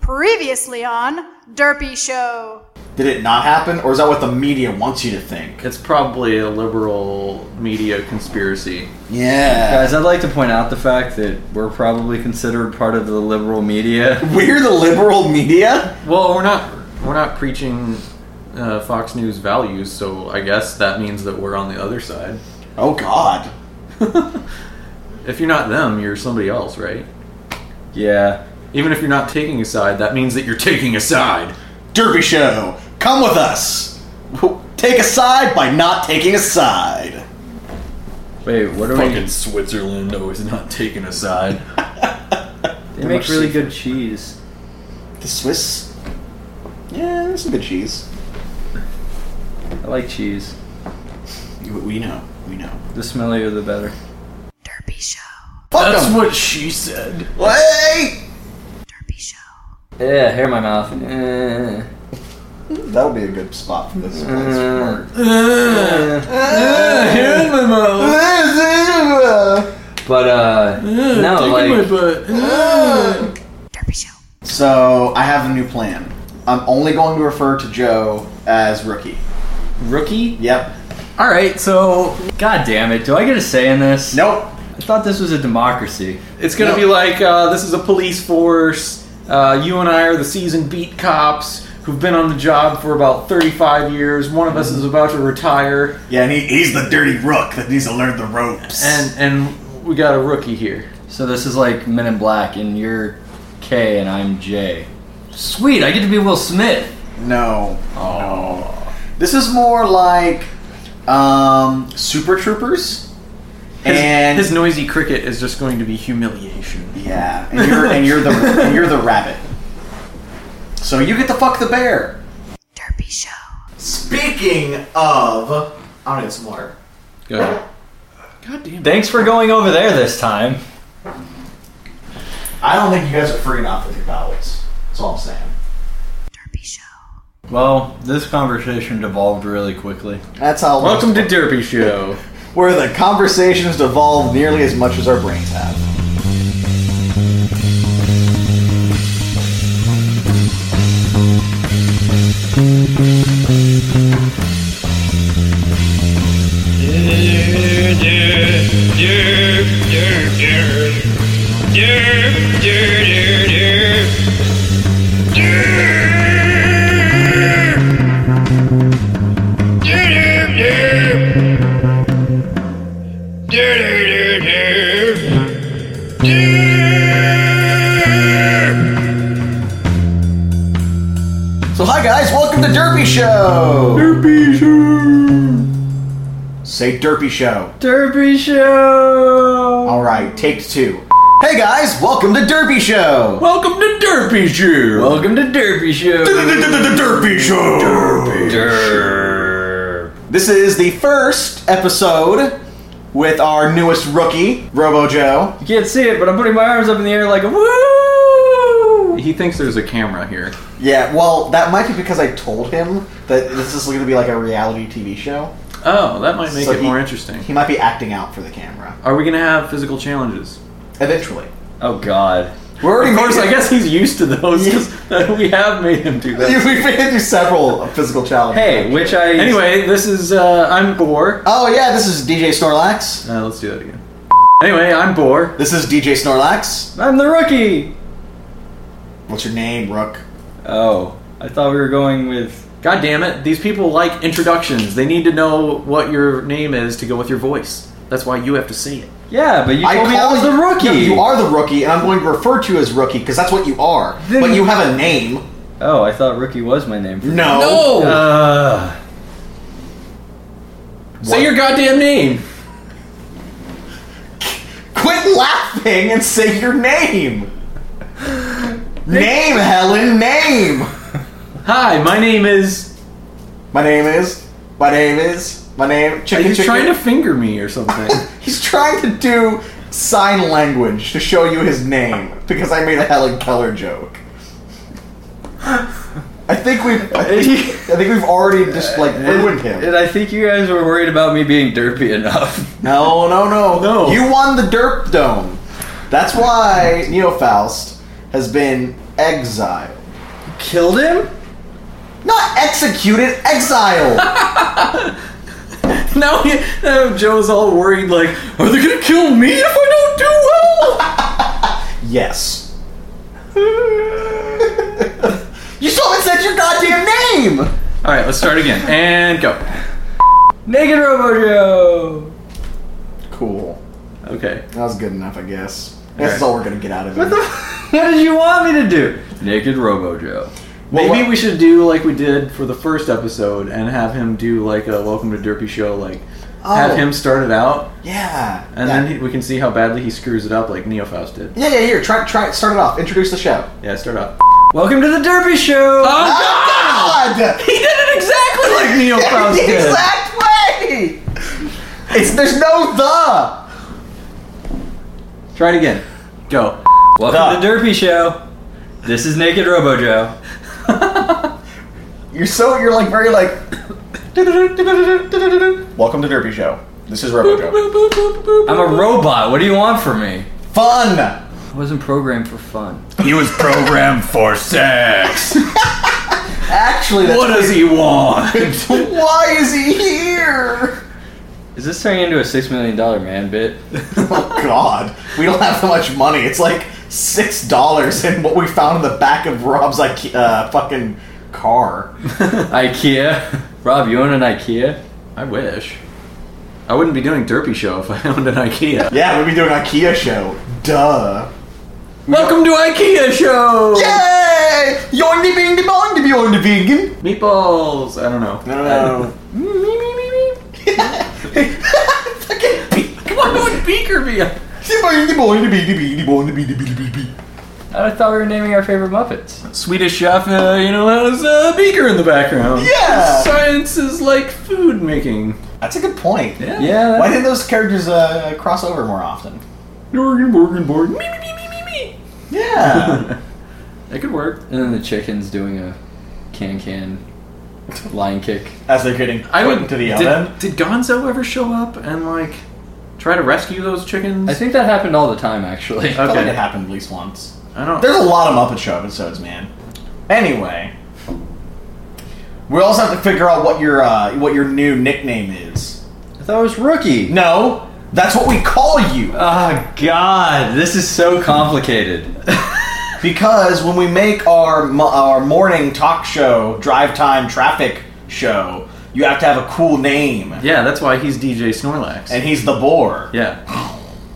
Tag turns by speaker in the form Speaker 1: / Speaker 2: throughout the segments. Speaker 1: Previously on Derpy Show.
Speaker 2: Did it not happen, or is that what the media wants you to think?
Speaker 3: It's probably a liberal media conspiracy.
Speaker 2: Yeah.
Speaker 4: Guys, I'd like to point out the fact that we're probably considered part of the liberal media.
Speaker 2: We're the liberal media?
Speaker 3: Well, we're not we're not preaching uh, Fox News values, so I guess that means that we're on the other side.
Speaker 2: Oh, God.
Speaker 3: If you're not them, you're somebody else, right?
Speaker 4: Yeah.
Speaker 3: Even if you're not taking a side, that means that you're taking a side.
Speaker 2: Derby Show, come with us. Take a side by not taking a side.
Speaker 4: Wait, what are we?
Speaker 3: Switzerland always not taking a side.
Speaker 4: They make really good cheese.
Speaker 2: The Swiss? Yeah, there's some good cheese.
Speaker 4: I like cheese.
Speaker 2: We know. We know.
Speaker 4: The smellier the better.
Speaker 1: Derpy Show.
Speaker 2: Fuck them.
Speaker 3: what she said.
Speaker 2: Wait!
Speaker 1: Derpy Show.
Speaker 4: Yeah, hair in my mouth. Eh.
Speaker 2: That'll be a good spot for
Speaker 3: Mm-hmm.
Speaker 2: this Uh, place.
Speaker 3: Uh, Hair in my mouth.
Speaker 2: uh,
Speaker 4: But uh, no, like
Speaker 1: Derpy Show.
Speaker 2: so, I have a new plan. I'm only going to refer to Joe as rookie.
Speaker 4: rookie.
Speaker 2: Yep.
Speaker 3: All right, so
Speaker 4: God damn it! Do I get a say in this?
Speaker 2: Nope.
Speaker 4: I thought this was a democracy.
Speaker 3: It's gonna
Speaker 2: No.
Speaker 3: be like uh, this is a police force. Uh, you and I are the seasoned beat cops who've been on the job for about 35 years. One of us is about to retire,
Speaker 2: Yeah, and he, he's the dirty rook that needs to learn the ropes.
Speaker 3: and and we got a rookie here.
Speaker 4: So this is like Men in Black, and you're K, and I'm J. Sweet, I get to be Will Smith.
Speaker 2: No. No. This is more like um, Super Troopers. and
Speaker 3: His noisy cricket is just going to be humiliation.
Speaker 2: yeah, and you're and you're the and you're the rabbit. So you get to fuck the bear.
Speaker 1: Derpy Show.
Speaker 2: Speaking of, I don't need some water.
Speaker 3: Go ahead.
Speaker 4: Thanks for going over there this time.
Speaker 2: I don't think you guys are free enough with your bowels. That's all I'm saying.
Speaker 1: Derpy Show.
Speaker 4: Well, this conversation devolved really quickly.
Speaker 2: That's how.
Speaker 3: Welcome to Derpy Show.
Speaker 2: where the conversations devolve nearly as much as our brains have. So hi guys, welcome to Derpy Show. Derpy Show. Say Derpy Show.
Speaker 4: Derpy Show!
Speaker 2: All right, take two. Hey guys, welcome to Derpy Show.
Speaker 3: Welcome to Derpy Show.
Speaker 4: Welcome to Derpy Show!
Speaker 2: Derpy Show. This is the first episode with our newest rookie, Robo Joe.
Speaker 4: You can't see it, but I'm putting my arms up in the air like a woo!
Speaker 3: He thinks there's a camera here.
Speaker 2: Yeah, well, that might be because I told him that this is going to be like a reality TV show.
Speaker 3: Oh, that might make
Speaker 2: So
Speaker 3: it
Speaker 2: he-
Speaker 3: more interesting.
Speaker 2: He might be acting out for the camera
Speaker 3: Are we gonna have physical challenges?
Speaker 2: eventually.
Speaker 4: Oh god.
Speaker 2: We're already
Speaker 3: Of course,
Speaker 2: making-
Speaker 3: I guess he's used to those 'cause uh, we have made him do that.
Speaker 2: We've been through several physical challenges.
Speaker 4: Hey, which I.
Speaker 3: Anyway, this is uh, I'm Boar.
Speaker 2: Oh yeah, this is DJ Snorlax.
Speaker 3: Uh, let's do that again. Anyway, I'm Boar.
Speaker 2: This is DJ Snorlax.
Speaker 4: I'm the rookie!
Speaker 2: What's your name, Rook?
Speaker 4: Oh, I thought we were going with.
Speaker 3: God damn it! These people like introductions. They need to know what your name is to go with your voice. That's why you have to say it.
Speaker 4: Yeah, but you told me I
Speaker 2: call
Speaker 4: was the
Speaker 2: you-
Speaker 4: rookie!
Speaker 2: No, you are the rookie, and I'm going to refer to you as rookie because that's what you are.
Speaker 4: Then-
Speaker 2: but you have a name.
Speaker 4: Oh, I thought rookie was my name. For-
Speaker 3: Oh!
Speaker 2: No.
Speaker 4: Uh,
Speaker 3: Say your goddamn name.
Speaker 2: quit laughing and say your name. name, Helen, name.
Speaker 3: Hi, my name is.
Speaker 2: My name is. My name is. My name.
Speaker 3: Are
Speaker 2: Chicken,
Speaker 3: you
Speaker 2: chicken.
Speaker 3: trying to finger me or something?
Speaker 2: He's trying to do sign language to show you his name because I made a Helen Keller joke. I think we've. I think, I think we've already just like ruined him.
Speaker 4: And I think you guys were worried about me being derpy enough.
Speaker 2: No, no, no,
Speaker 3: No.
Speaker 2: You won the Derp Dome. That's why Neo Faust has been exiled.
Speaker 4: Killed him?
Speaker 2: Not executed, exiled.
Speaker 3: now, he- now Joe's all worried, like, are they gonna kill me if I don't do well?
Speaker 2: yes. you still haven't said your goddamn name!
Speaker 3: all right, let's start again and go.
Speaker 4: Naked Robo Joe!
Speaker 2: Cool.
Speaker 3: Okay.
Speaker 2: That was good enough, I guess.
Speaker 3: Alright.
Speaker 2: That's all we're gonna get out of it.
Speaker 4: what did you want me to do? Naked Robo Joe.
Speaker 2: Well,
Speaker 3: Maybe
Speaker 2: what-
Speaker 3: we should do like we did for the first episode and have him do like a Welcome to Derpy show, like
Speaker 2: Oh.
Speaker 3: have him start it out,
Speaker 2: yeah.
Speaker 3: and
Speaker 2: yeah.
Speaker 3: then he, we can see how badly he screws it up, like Neofaust did.
Speaker 2: yeah, yeah, here. Try, try. Start it off. Introduce the show.
Speaker 3: Yeah, start off.
Speaker 4: Welcome to the Derpy Show!
Speaker 2: Oh, God!
Speaker 3: He did it exactly like
Speaker 2: the
Speaker 3: Neofaust did.
Speaker 2: exact way. It's there's no the.
Speaker 3: Try it again. Go.
Speaker 4: Welcome to the Derpy Show! This is Naked Robo Joe.
Speaker 2: You're so you're like very like. Welcome to Derpy Show. This is Robo Joe.
Speaker 4: I'm a robot. What do you want from me?
Speaker 2: Fun.
Speaker 4: I wasn't programmed for fun.
Speaker 5: He was programmed for sex.
Speaker 2: Actually, that's
Speaker 3: What does he want?
Speaker 2: why is he here?
Speaker 4: Is this turning into a six million dollar man bit?
Speaker 2: Oh God, we don't have that much money. It's like six dollars and what we found in the back of Rob's like uh, fucking car.
Speaker 4: IKEA? Rob, you own an IKEA?
Speaker 3: I wish. I wouldn't be doing Derpy show if I owned an IKEA.
Speaker 2: Yeah, we'd be doing an IKEA show. Duh.
Speaker 3: Welcome to IKEA show.
Speaker 2: Yay! Yoindy bingy bongy beyond vegan.
Speaker 3: Meatballs. I don't know.
Speaker 2: No, no,
Speaker 3: Me me me me.
Speaker 2: Fucking bee.
Speaker 3: What would Beaker be?
Speaker 2: Boingy boingy beady beady boingy beady beady beady bee.
Speaker 4: I thought we were naming our favorite Muppets.
Speaker 3: Swedish chef, uh, you know, has a beaker in the background.
Speaker 2: Yeah.
Speaker 3: Science is like food making.
Speaker 2: That's a good point.
Speaker 4: Yeah.
Speaker 2: Why didn't those characters uh, cross over more often?
Speaker 3: Morgan, Morgan, Morgan. Me, me, me, me, me, me.
Speaker 2: Yeah.
Speaker 3: That could work.
Speaker 4: And then the chicken's doing a can can lion kick.
Speaker 2: As they're getting put into the
Speaker 3: did,
Speaker 2: oven.
Speaker 3: Did Gonzo ever show up and like try to rescue those chickens?
Speaker 4: I think that happened all the time, actually.
Speaker 2: I feel like
Speaker 3: okay.
Speaker 2: it happened at least once.
Speaker 3: I don't.
Speaker 2: There's a lot of Muppet Show episodes, man. Anyway, we also have to figure out what your uh, what your new nickname is.
Speaker 4: I thought it was Rookie.
Speaker 2: No, that's what we call you.
Speaker 3: Uh.
Speaker 4: Ah, God, this is so complicated.
Speaker 2: Because when we make our mo- our morning talk show, drive time traffic show, you have to have a cool name,
Speaker 3: Yeah, that's why he's DJ Snorlax.
Speaker 2: and he's the boar.
Speaker 3: yeah,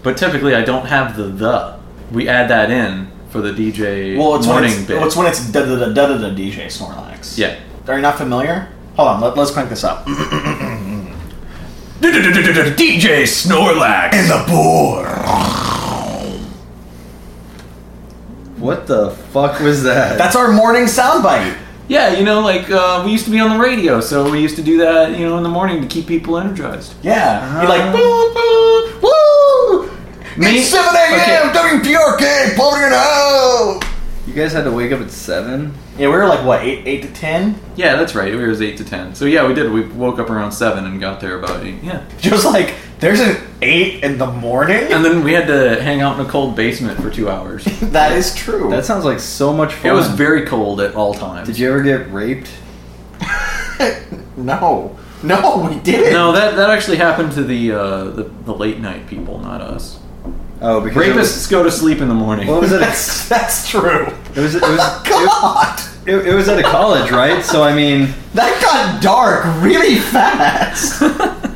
Speaker 3: but typically I don't have the the. We add that in for the DJ
Speaker 2: Well, it's
Speaker 3: morning
Speaker 2: when it's,
Speaker 3: bit.
Speaker 2: well, it's when it's da da da da da da DJ Snorlax.
Speaker 3: yeah.
Speaker 2: Are you not familiar? Hold on, let, let's crank this up. And
Speaker 5: DJ Snorlax.
Speaker 2: the boar.
Speaker 4: What the fuck was that?
Speaker 2: That's our morning soundbite.
Speaker 3: Yeah, you know, like uh, we used to be on the radio, so we used to do that, you know, in the morning to keep people energized.
Speaker 2: Yeah. You're
Speaker 3: Uh-huh.
Speaker 2: like, boo, boo, woo!
Speaker 4: Me-
Speaker 2: It's 7 a.m. WPRK, Podium out!
Speaker 4: You guys had to wake up at 7?
Speaker 2: Yeah, we were like, what, 8, eight to 10?
Speaker 3: Yeah, that's right. It was eight to ten. So yeah, we did. We woke up around seven and got there about eight. Yeah,
Speaker 2: Just like, there's an 8 in the morning?
Speaker 3: and then we had to hang out in a cold basement for two hours.
Speaker 2: That is true.
Speaker 4: That sounds like so much fun.
Speaker 3: It was very cold at all times.
Speaker 4: Did you ever get raped?
Speaker 2: no. No, we didn't.
Speaker 3: No, that that actually happened to the uh, the, the late night people, not us.
Speaker 4: Oh, because it was-
Speaker 3: Rapists go to sleep in the morning.
Speaker 4: What was it?
Speaker 2: That's, that's true.
Speaker 4: It was it was it,
Speaker 2: God!
Speaker 4: it, it was at a college, right? So I mean,
Speaker 2: That got dark really fast.
Speaker 4: I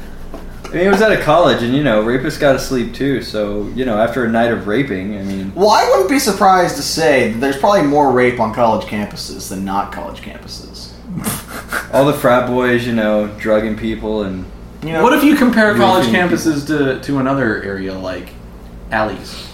Speaker 4: mean, it was at a college, and you know, rapists got to sleep too. So you know, after a night of raping, I mean,
Speaker 2: well, I wouldn't be surprised to say that there's probably more rape on college campuses than not college campuses.
Speaker 4: all the frat boys, you know, drugging people, and
Speaker 2: You know,
Speaker 3: What if you compare college
Speaker 4: Roofing people.
Speaker 3: campuses to, to another area like alleys,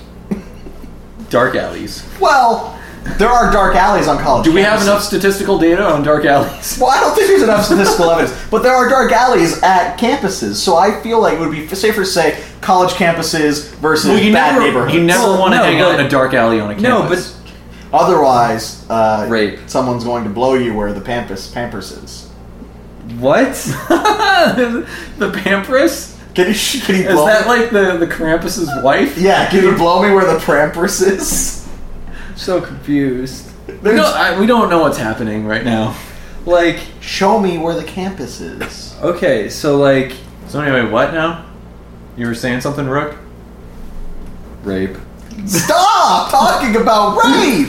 Speaker 3: dark alleys.
Speaker 2: Well, there are dark alleys on college.
Speaker 3: Do we have
Speaker 2: campuses.
Speaker 3: enough statistical data on dark alleys?
Speaker 2: Well, I don't think there's enough statistical evidence, but there are dark alleys at campuses, so I feel like it would be safer to say college campuses versus bad neighborhoods.
Speaker 3: you never
Speaker 4: Well,
Speaker 3: want to
Speaker 4: no,
Speaker 3: hang out in
Speaker 4: but-
Speaker 3: a dark alley on a campus.
Speaker 4: No,
Speaker 2: Otherwise, uh,
Speaker 3: Rape.
Speaker 2: someone's going to blow you where the pampers pampers is.
Speaker 4: What?
Speaker 3: the Pampers?
Speaker 2: Can you sh- can you
Speaker 3: Is
Speaker 2: blow?
Speaker 3: that like the the Krampus's wife?
Speaker 2: yeah, can you blow me where the pampers is?
Speaker 3: so confused.
Speaker 2: There's-
Speaker 3: No, I, we don't know what's happening right now.
Speaker 4: like,
Speaker 2: Show me where the campus is.
Speaker 4: okay, so like
Speaker 3: So anyway, what now? You were saying something, Rook?
Speaker 4: rape.
Speaker 2: Stop talking about rape.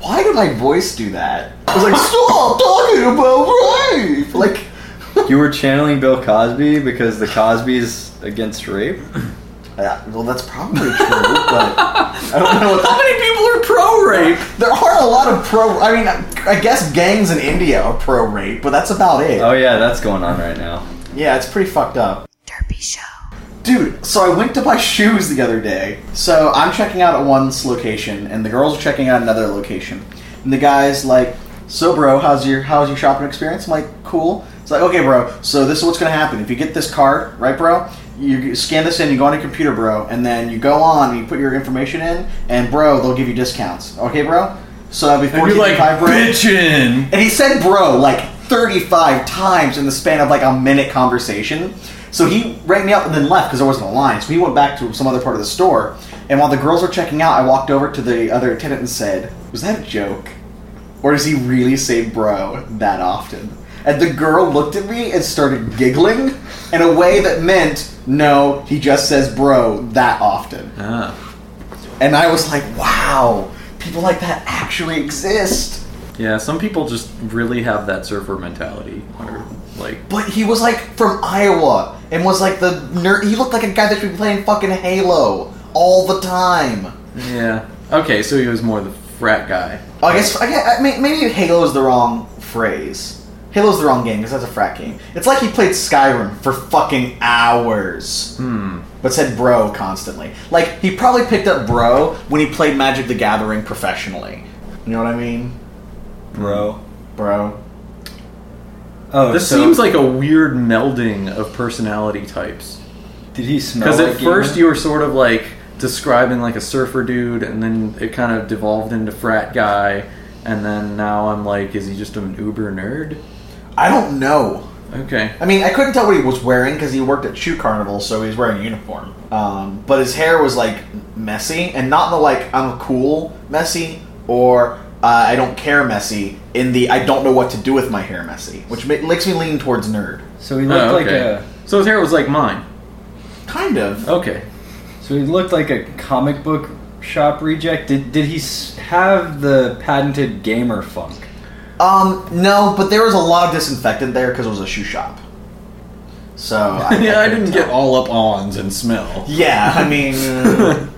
Speaker 2: Why did my voice do that? I was like, stop talking about rape. Like,
Speaker 4: You were channeling Bill Cosby because the Cosby's against rape.
Speaker 2: uh, well, that's probably true, but I don't know what that
Speaker 3: How many people are pro rape?
Speaker 2: There are a lot of pro. I mean, I guess gangs in India are pro rape, but that's about it.
Speaker 3: Uh,
Speaker 4: Oh yeah, that's going on right now.
Speaker 2: yeah, it's pretty fucked up.
Speaker 1: Derpy Show.
Speaker 2: Dude, so I went to buy shoes the other day. So I'm checking out at one's location, and the girls are checking out another location. And the guy's like, "So, bro, how's your how's your shopping experience?" I'm like, "Cool." It's like, "Okay, bro. So this is what's gonna happen. If you get this card, right, bro? You scan this in, you go on your computer, bro, and then you go on and you put your information in, and bro, they'll give you discounts. Okay, bro? So that'll be
Speaker 5: And you're
Speaker 2: fourteen
Speaker 5: like,
Speaker 2: five, bro.
Speaker 5: bitchin'.
Speaker 2: And he said bro like 35 times in the span of like a minute conversation. So he rang me up and then left because there wasn't a line. So he went back to some other part of the store. And while the girls were checking out, I walked over to the other tenant and said, Was that a joke? Or does he really say bro that often? And the girl looked at me and started giggling in a way that meant, No, he just says bro that often.
Speaker 3: Ah,
Speaker 2: And I was like, Wow, people like that actually exist.
Speaker 3: yeah. Some people just really have that surfer mentality, or like
Speaker 2: But he was like from Iowa and was like the nerd. He looked like a guy that should be playing fucking Halo all the time.
Speaker 3: Yeah. Okay, so he was more the frat guy.
Speaker 2: Oh, I guess I guess- I mean, maybe Halo is the wrong phrase. Halo's the wrong game because that's a frat game. It's like he played Skyrim for fucking hours, but said bro constantly. Like he probably picked up bro when he played Magic the Gathering professionally. You know what I mean,
Speaker 4: Bro.
Speaker 2: bro?
Speaker 4: Oh,
Speaker 3: Mm. This
Speaker 4: so
Speaker 3: seems like a weird melding of personality types.
Speaker 4: did he smell?
Speaker 3: Because at
Speaker 4: Oh, like
Speaker 3: first
Speaker 4: you
Speaker 3: you were sort of like describing like a surfer dude, and then it kind of devolved into frat guy, and then now I'm like, is he just an uber nerd?
Speaker 2: I don't know.
Speaker 3: Okay.
Speaker 2: I mean, I couldn't tell what he was wearing because he worked at Shoe Carnival, so he was wearing a uniform. Um, but his hair was like messy, and not the like I'm cool messy or uh, I don't care messy. In the I don't know what to do with my hair messy, which ma- makes me lean towards nerd.
Speaker 4: So he looked
Speaker 3: Oh,
Speaker 4: like
Speaker 3: okay.
Speaker 4: a.
Speaker 3: So his hair was like mine.
Speaker 2: Kind of.
Speaker 3: Okay.
Speaker 4: So he looked like a comic book shop reject. Did did he s- have the patented gamer funk?
Speaker 2: Um, no, but there was a lot of disinfectant there because it was a shoe shop. So I,
Speaker 3: Yeah, I
Speaker 2: couldn't
Speaker 3: didn't
Speaker 2: tell.
Speaker 3: get all up ons and smell.
Speaker 2: Yeah, I mean, uh,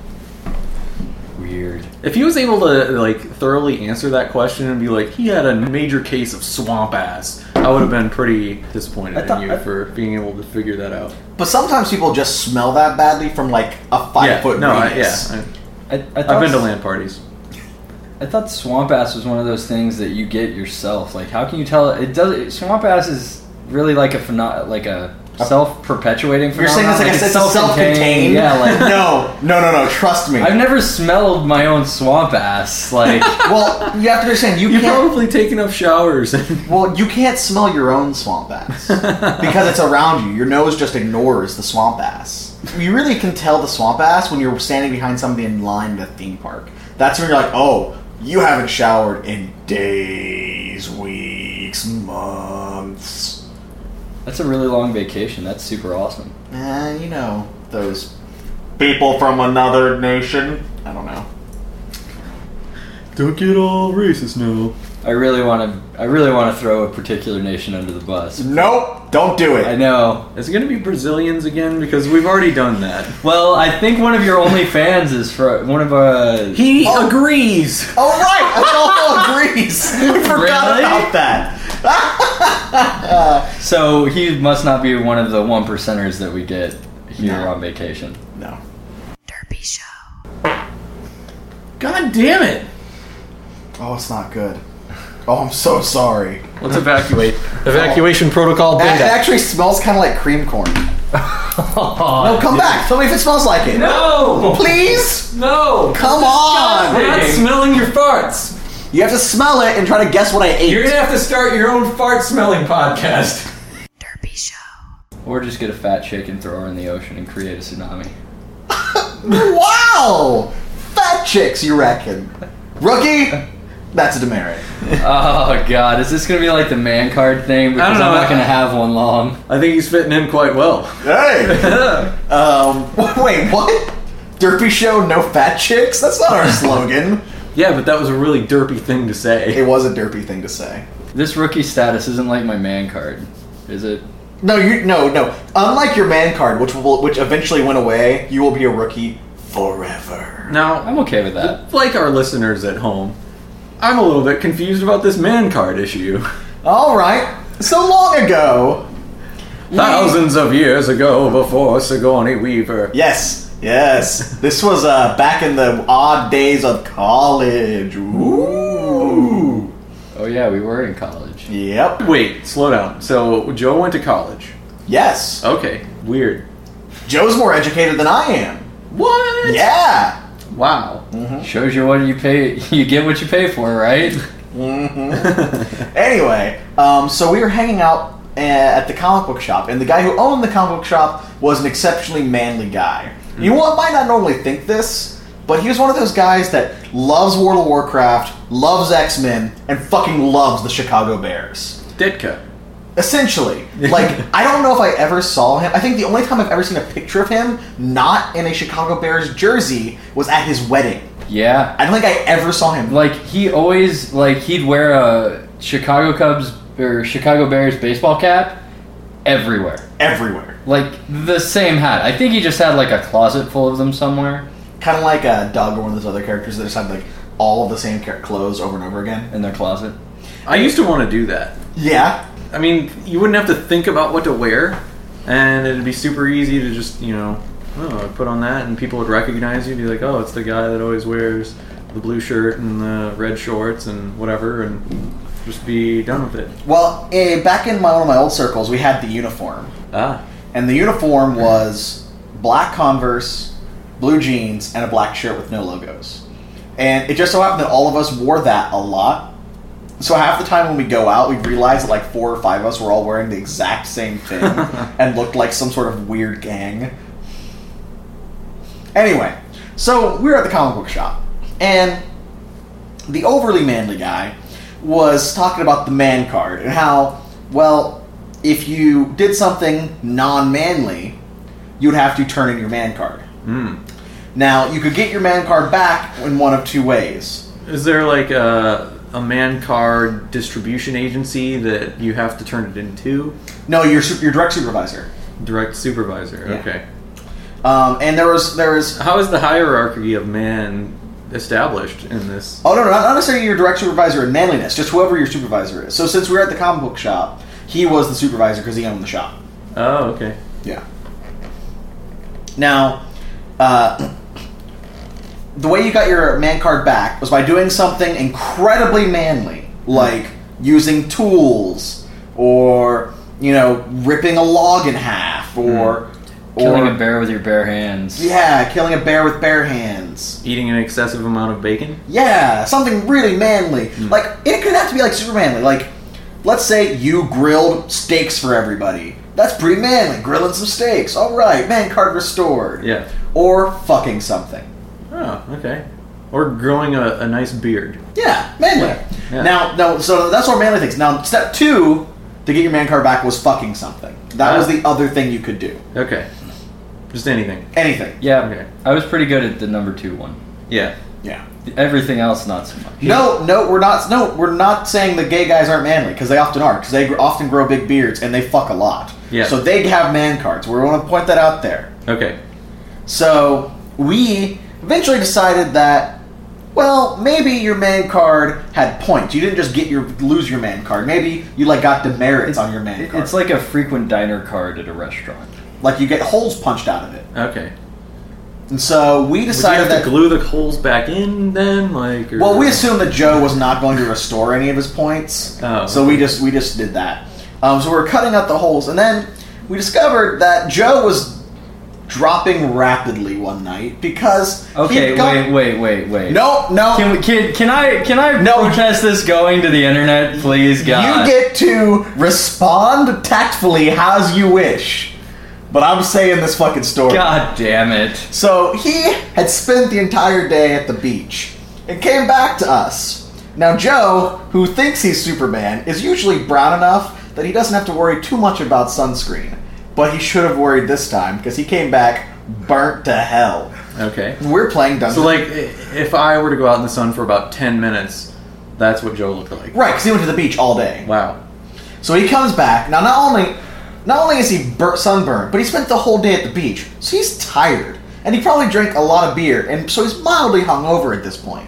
Speaker 4: Weird.
Speaker 3: If he was able to like thoroughly answer that question and be like, he had a major case of swamp ass, I would have been pretty disappointed
Speaker 4: I thought-
Speaker 3: in you
Speaker 4: I-
Speaker 3: for being able to figure that out.
Speaker 2: but sometimes people just smell that badly from like a five
Speaker 3: yeah,
Speaker 2: foot
Speaker 3: no, I, yeah,
Speaker 2: radius.
Speaker 3: I,
Speaker 4: I, I thought,
Speaker 3: I've been to land parties.
Speaker 4: I thought swamp ass was one of those things that you get yourself. Like, how can you tell? It does. Swamp ass is really like a pheno- like a self-perpetuating phenomenon.
Speaker 2: You're saying it's like, a
Speaker 4: it's
Speaker 2: it's self-contained?
Speaker 4: Yeah. Like,
Speaker 2: no, no, no, no. Trust me.
Speaker 4: I've never smelled my own swamp ass. Like,
Speaker 2: well, you have to understand you
Speaker 3: You
Speaker 2: can't.
Speaker 3: probably take enough showers. and
Speaker 2: Well, you can't smell your own swamp ass because it's around you. Your nose just ignores the swamp ass. You really can tell the swamp ass when you're standing behind somebody in line at a theme park. That's when you're like, oh, you haven't showered in days, weeks, months.
Speaker 4: that's a really long vacation. That's super awesome.
Speaker 2: Eh, you know those people from another nation. I don't know.
Speaker 3: Don't get all racist now.
Speaker 4: I really want to. I really want to throw a particular nation under the bus.
Speaker 2: Nope, don't do it.
Speaker 4: I know.
Speaker 3: Is it going to be Brazilians again? Because we've already done that.
Speaker 4: Well, I think one of your only fans is for one of uh
Speaker 3: He agrees.
Speaker 2: Oh right, Adolfo agrees. We forgot
Speaker 4: Really?
Speaker 2: about that.
Speaker 4: So he must not be one of the one percenters that we get here on vacation.
Speaker 2: No,
Speaker 1: Derpy Show.
Speaker 3: God damn it!
Speaker 6: Oh, it's not good. Oh, I'm so sorry.
Speaker 3: Let's evacuate. Evacuation protocol
Speaker 2: It
Speaker 3: data.
Speaker 2: actually smells kind of like cream corn. no, come back. Tell me if it smells like it.
Speaker 3: No!
Speaker 2: Please?
Speaker 3: No!
Speaker 2: Come on.
Speaker 3: I'm not smelling your farts!
Speaker 2: You have to smell it and try to guess what I ate.
Speaker 3: You're gonna have to start your own fart smelling podcast.
Speaker 1: Derpy Show.
Speaker 4: Or just get a fat chick and throw her in the ocean and create a tsunami.
Speaker 2: Wow! Fat chicks, you reckon? Rookie? That's a demerit.
Speaker 4: Oh god, is this gonna be like the man card thing? Because
Speaker 3: don't know.
Speaker 4: I'm not gonna have one long.
Speaker 3: I think he's fitting in quite well.
Speaker 2: Hey! um, wait, what? Derpy show, no fat chicks? That's not our slogan.
Speaker 3: Yeah, but that was a really derpy thing to say.
Speaker 2: It was a derpy thing to say.
Speaker 4: This rookie status isn't like my man card, is it?
Speaker 2: No, you no no. Unlike your man card, which will which eventually went away, you will be a rookie forever.
Speaker 3: Now,
Speaker 4: I'm okay with that.
Speaker 3: like our listeners at home, I'm a little bit confused about this man card issue.
Speaker 2: All right. So long ago.
Speaker 3: Thousands of years ago, before Sigourney Weaver.
Speaker 2: Yes, yes. this was uh, back in the odd days of college. Ooh.
Speaker 4: Oh yeah, we were in college.
Speaker 2: Yep.
Speaker 3: Wait, slow down. So, Joe went to college.
Speaker 2: Yes.
Speaker 3: Okay, weird.
Speaker 2: Joe's more educated than I am.
Speaker 3: What?
Speaker 2: Yeah.
Speaker 3: Wow.
Speaker 4: Shows you what you pay you get what you pay for, right?
Speaker 2: Anyway, um, so we were hanging out uh, at the comic book shop, and the guy who owned the comic book shop was an exceptionally manly guy. You all might not normally think this, but he was one of those guys that loves World of Warcraft, loves X Men, and fucking loves the Chicago Bears.
Speaker 3: Ditka.
Speaker 2: Essentially, like I don't know if I ever saw him. I think the only time I've ever seen a picture of him not in a Chicago Bears jersey was at his wedding.
Speaker 4: Yeah.
Speaker 2: I don't think I ever saw him
Speaker 4: Like he always like he'd wear a Chicago Cubs or Chicago Bears baseball cap everywhere.
Speaker 2: everywhere.
Speaker 4: Like the same hat. I think he just had like a closet full of them somewhere.
Speaker 2: Kind of like uh, Doug or one of those other characters that just have like all of the same char- clothes over and over again.
Speaker 4: In their closet.
Speaker 3: I used to want to do that.
Speaker 2: Yeah.
Speaker 3: I mean, you wouldn't have to think about what to wear, and it'd be super easy to just, you know, oh, put on that, and people would recognize you, be like, oh, it's the guy that always wears the blue shirt and the red shorts and whatever, and just be done with it.
Speaker 2: Well, eh, back in my, one of my old circles, we had the uniform,
Speaker 3: Ah,
Speaker 2: and the uniform was black Converse, blue jeans, and a black shirt with no logos. And it just so happened that all of us wore that a lot. So half the time when we go out, we realize that like four or five of us were all wearing the exact same thing and looked like some sort of weird gang. Anyway, so we were at the comic book shop, and the overly manly guy was talking about the man card and how, well, if you did something non manly, you'd have to turn in your man card. Now, you could get your man card back in one of two ways.
Speaker 3: is there like a a man card distribution agency that you have to turn it into?
Speaker 2: No, your, su- your direct supervisor.
Speaker 3: Direct supervisor. Okay.
Speaker 2: Um, and there was, there was,
Speaker 3: How is the hierarchy of man established in this?
Speaker 2: oh no, no, not necessarily your direct supervisor in manliness, just whoever your supervisor is. So since we were at the comic book shop, he was the supervisor because he owned the shop.
Speaker 3: Oh, okay.
Speaker 2: Yeah. Now, uh, the way you got your man card back was by doing something incredibly manly, like using tools, or you know, ripping a log in half, or
Speaker 4: Killing
Speaker 2: or
Speaker 4: a bear with your bare hands.
Speaker 2: yeah, killing a bear with bare hands.
Speaker 3: Eating an excessive amount of bacon.
Speaker 2: Yeah, something really manly. Like it could have to be like super manly. Like, let's say you grilled steaks for everybody. That's pretty manly. Grilling some steaks. All right, man card restored.
Speaker 3: Yeah.
Speaker 2: Or fucking something.
Speaker 3: Oh, okay. Or growing a, a nice beard.
Speaker 2: Yeah, manly.
Speaker 3: Yeah.
Speaker 2: Now, no. So that's what manly things. Now, step two to get your man card back was fucking something. That was
Speaker 3: Ah.
Speaker 2: the other thing you could do.
Speaker 3: Okay. Just anything.
Speaker 2: Anything.
Speaker 4: Yeah,
Speaker 3: Okay.
Speaker 4: I was pretty good at the number two one.
Speaker 3: Yeah.
Speaker 2: Yeah.
Speaker 4: Everything else, not so much.
Speaker 2: No, no, we're not. No, we're not saying the gay guys aren't manly because they often are because they gr- often grow big beards and they fuck a lot.
Speaker 3: Yeah.
Speaker 2: So they have man cards. We want to point that out there.
Speaker 3: Okay.
Speaker 2: So we eventually decided that, well, maybe your man card had points. You didn't just get your lose your man card. Maybe you like got demerits on your man card.
Speaker 4: It's like a frequent diner card at a restaurant.
Speaker 2: like you get holes punched out of it.
Speaker 3: Okay.
Speaker 2: And so we
Speaker 3: Would you
Speaker 2: decided
Speaker 3: have
Speaker 2: that
Speaker 3: to glue the holes back in then? Like, or,
Speaker 2: Well, we assumed that Joe was not going to restore any of his points,
Speaker 3: Oh.
Speaker 2: so we just we just did that. Um, so we were cutting out the holes, and then we discovered that Joe was dropping rapidly one night because he'd
Speaker 4: Okay,
Speaker 2: got-
Speaker 4: wait, wait, wait, wait.
Speaker 2: no, no,
Speaker 4: Can, we, can, can I can I
Speaker 2: No.
Speaker 4: protest this going to the internet, please, God?
Speaker 2: you get to respond tactfully as you wish. But I'm saying this fucking story.
Speaker 4: God damn it!
Speaker 2: So he had spent the entire day at the beach and came back to us. Now, Joe, who thinks he's Superman, is usually brown enough that he doesn't have to worry too much about sunscreen. But he should have worried this time because he came back burnt to hell.
Speaker 3: okay.
Speaker 2: We're playing Dungeons.
Speaker 3: So, like, i- if I were to go out in the sun for about 10 minutes, that's what Joe looked like.
Speaker 2: right, because he went to the beach all day.
Speaker 3: Wow.
Speaker 2: So he comes back. Now, not only not only is he bur- sunburned, but he spent the whole day at the beach, so he's tired, and he probably drank a lot of beer, and so he's mildly hungover at this point.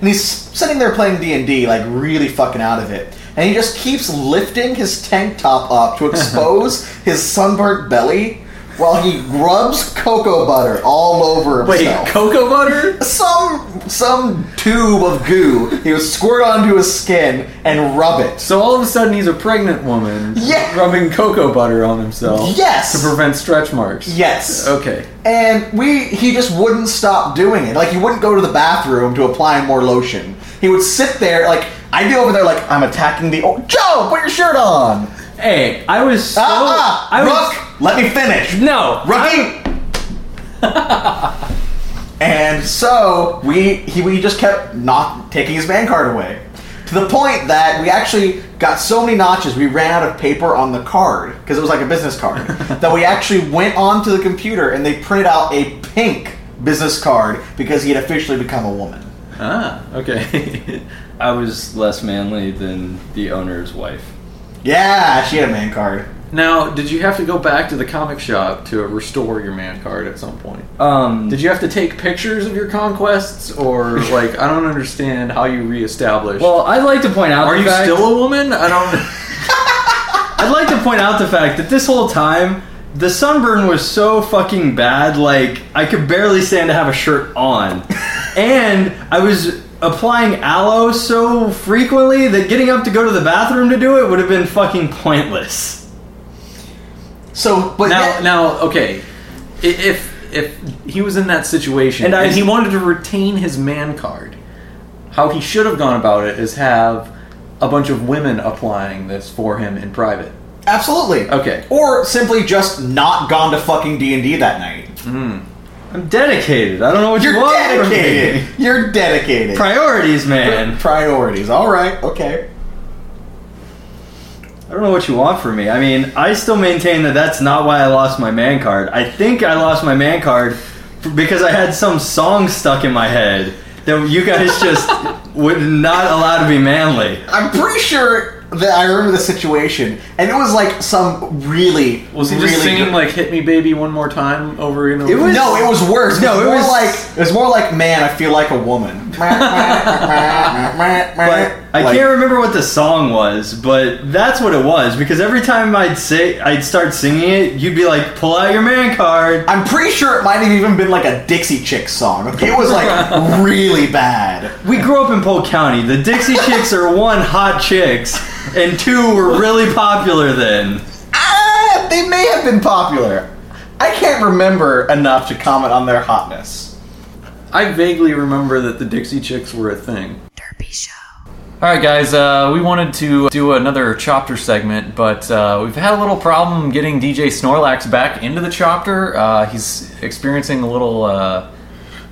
Speaker 2: And he's sitting there playing D and D, like really fucking out of it, and he just keeps lifting his tank top up to expose his sunburnt belly. While he rubs cocoa butter all over
Speaker 3: Wait,
Speaker 2: himself
Speaker 3: cocoa butter?
Speaker 2: some some tube of goo he would squirt onto his skin and rub it.
Speaker 3: So all of a sudden he's a pregnant woman
Speaker 2: Yeah.
Speaker 3: rubbing cocoa butter on himself
Speaker 2: Yes.
Speaker 3: to prevent stretch marks.
Speaker 2: Yes.
Speaker 3: Okay.
Speaker 2: And we he just wouldn't stop doing it. Like he wouldn't go to the bathroom to apply more lotion. He would sit there like I'd be over there like I'm attacking the oh Joe, put your shirt on.
Speaker 4: Hey, I was so
Speaker 2: ah, ah,
Speaker 4: I
Speaker 2: Rook, let me finish.
Speaker 4: was no
Speaker 2: Rookie. and so we he we just kept not taking his man card away to the point that we actually got so many notches we ran out of paper on the card because it was like a business card that we actually went onto the computer and they printed out a pink business card because he had officially become a woman.
Speaker 3: Ah, okay.
Speaker 4: I was less manly than the owner's wife.
Speaker 2: Yeah, she had a man card.
Speaker 3: now, did you have to go back to the comic shop to restore your man card at some point?
Speaker 4: Um,
Speaker 3: Did you have to take pictures of your conquests or like I don't understand how you reestablish
Speaker 4: well, I'd like to point out.
Speaker 3: Are
Speaker 4: the
Speaker 3: you
Speaker 4: fact-
Speaker 3: still a woman? I don't
Speaker 4: I'd like to point out the fact that this whole time the sunburn was so fucking bad, like I could barely stand to have a shirt on, and I was applying aloe so frequently that getting up to go to the bathroom to do it would have been fucking pointless.
Speaker 2: So, but
Speaker 3: Now
Speaker 2: that-
Speaker 3: now okay. I- If if he was in that situation
Speaker 4: And
Speaker 3: and,
Speaker 4: I-
Speaker 3: he wanted to retain his man card, how he should have gone about it is have a bunch of women applying this for him in private.
Speaker 2: absolutely
Speaker 3: Okay.
Speaker 2: or simply just not gone to fucking D and D that night.
Speaker 4: I'm dedicated. I don't know what
Speaker 2: You're
Speaker 4: you want from me.
Speaker 2: dedicated. You're dedicated.
Speaker 4: Priorities, man.
Speaker 2: priorities. All right. Okay.
Speaker 4: I don't know what you want from me. I mean, I still maintain that that's not why I lost my man card. I think I lost my man card f- because I had some song stuck in my head that you guys just would not allow to be manly.
Speaker 2: I'm pretty sure that I remember the situation, and it was like some really
Speaker 3: Was he
Speaker 2: really
Speaker 3: just singing
Speaker 2: good-
Speaker 3: like "Hit Me, Baby" one more time over and over?
Speaker 4: It was-
Speaker 2: No, it was worse.
Speaker 4: No,
Speaker 2: it was,
Speaker 4: it
Speaker 2: more
Speaker 4: was-
Speaker 2: like it was more like man, I feel like a woman. but
Speaker 4: But I can't remember what the song was, but that's what it was because every time I'd say I'd start singing it, you'd be like, "Pull out your man card."
Speaker 2: I'm pretty sure it might have even been like a Dixie Chicks song. It was like really bad.
Speaker 4: We grew up in Polk County. The Dixie Chicks are one hot chicks, and two were really popular then.
Speaker 2: Ah, they may have been popular. I can't remember enough to comment on their hotness.
Speaker 3: I vaguely remember that the Dixie Chicks were a thing.
Speaker 1: Derpy Show.
Speaker 3: All right, guys, uh, we wanted to do another chopper segment, but uh, we've had a little problem getting DJ Snorlax back into the chopper. Uh, he's experiencing a little uh,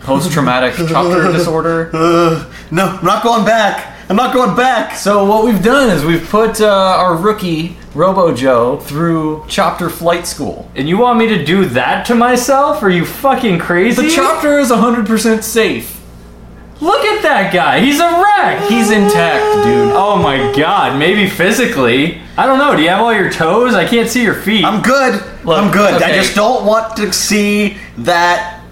Speaker 3: post-traumatic chopper disorder.
Speaker 2: Uh, no, I'm not going back. I'm not going back.
Speaker 3: So what we've done is we've put uh, our rookie Robo Joe through chopper flight school.
Speaker 4: And you want me to do that to myself? Are you fucking crazy?
Speaker 3: The chopper is 100% safe.
Speaker 4: Look at that guy. He's a wreck.
Speaker 3: He's intact, dude.
Speaker 4: Oh my god, maybe physically. I don't know. Do you have all your toes? I can't see your feet.
Speaker 2: I'm good.
Speaker 3: Look,
Speaker 2: I'm good. I
Speaker 3: okay.
Speaker 2: just don't want to see that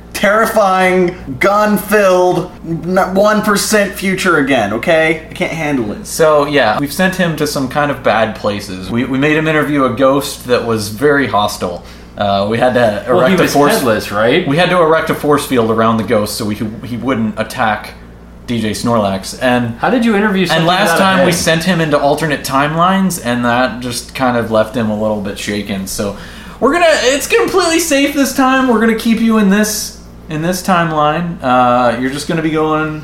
Speaker 2: terrifying gun-filled n- 1% future again, okay? I can't handle it.
Speaker 3: So yeah, we've sent him to some kind of bad places. We, we made him interview a ghost that was very hostile. Uh, we had to erect
Speaker 4: Well, he
Speaker 3: a
Speaker 4: was
Speaker 3: force.
Speaker 4: headless, right?
Speaker 3: We had to erect a force field around the ghost so we could, he wouldn't attack DJ Snorlax. And
Speaker 4: How did you interview?
Speaker 3: and
Speaker 4: something
Speaker 3: last
Speaker 4: without a
Speaker 3: time we
Speaker 4: head?
Speaker 3: sent him into alternate timelines, and that just kind of left him a little bit shaken. So we're gonna it's completely safe this time. We're gonna keep you in this in this timeline. Uh, you're just gonna be going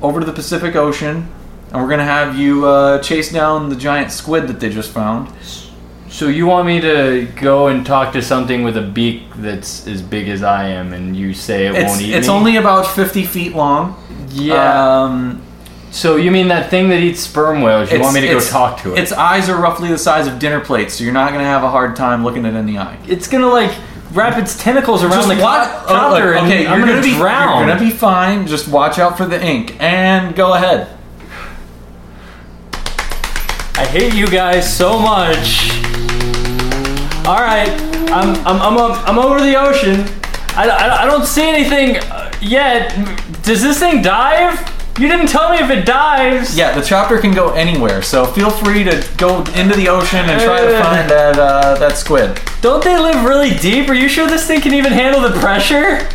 Speaker 3: over to the Pacific Ocean, and we're gonna have you uh, chase down the giant squid that they just found.
Speaker 7: So you want me to go and talk to something with a beak that's as big as I am, and you say it
Speaker 3: It's,
Speaker 7: won't eat
Speaker 3: it's
Speaker 7: me?
Speaker 3: only about 50 feet long.
Speaker 7: yeah.
Speaker 3: Um,
Speaker 7: so you mean that thing that eats sperm whales? You
Speaker 3: it's-
Speaker 7: want me to go
Speaker 3: it's-
Speaker 7: talk to it?
Speaker 3: Its eyes are roughly the size of dinner plates, so you're not going to have a hard time looking it in the eye.
Speaker 7: it's gonna like wrap its tentacles around
Speaker 3: Just
Speaker 7: the
Speaker 3: watch-
Speaker 7: co-
Speaker 3: oh, look,
Speaker 7: copter, and
Speaker 3: okay,
Speaker 7: I'm
Speaker 3: you're
Speaker 7: gonna,
Speaker 3: gonna be,
Speaker 7: drown.
Speaker 3: You're gonna be fine. Just watch out for the ink and go ahead.
Speaker 7: I hate you guys so much. All right, I'm I'm I'm, up, I'm over the ocean. I, I, I don't see anything uh, yet. Does this thing dive? You didn't tell me if it dives.
Speaker 3: Yeah, the chopper can go anywhere, so feel free to go into the ocean and try to find that uh, that squid.
Speaker 7: Don't they live really deep? Are you sure this thing can even handle the pressure?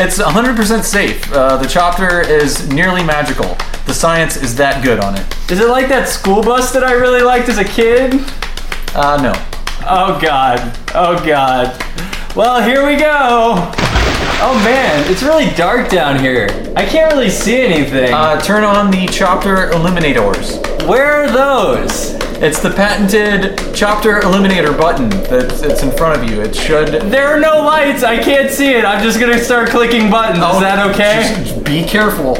Speaker 3: It's 100% safe. Uh, the chopper is nearly magical. The science is that good on it.
Speaker 7: Is it like that school bus that I really liked as a kid?
Speaker 3: Uh, no.
Speaker 7: Oh god. Oh god. Well, here we go. Oh man, it's really dark down here. I can't really see anything.
Speaker 3: Uh, turn on the chopper eliminators.
Speaker 7: Where are those?
Speaker 3: It's the patented chopper eliminator button that's it's in front of you. It should.
Speaker 7: There are no lights. I can't see it. I'm just gonna start clicking buttons. Is
Speaker 2: Oh,
Speaker 7: that okay?
Speaker 3: Just be careful.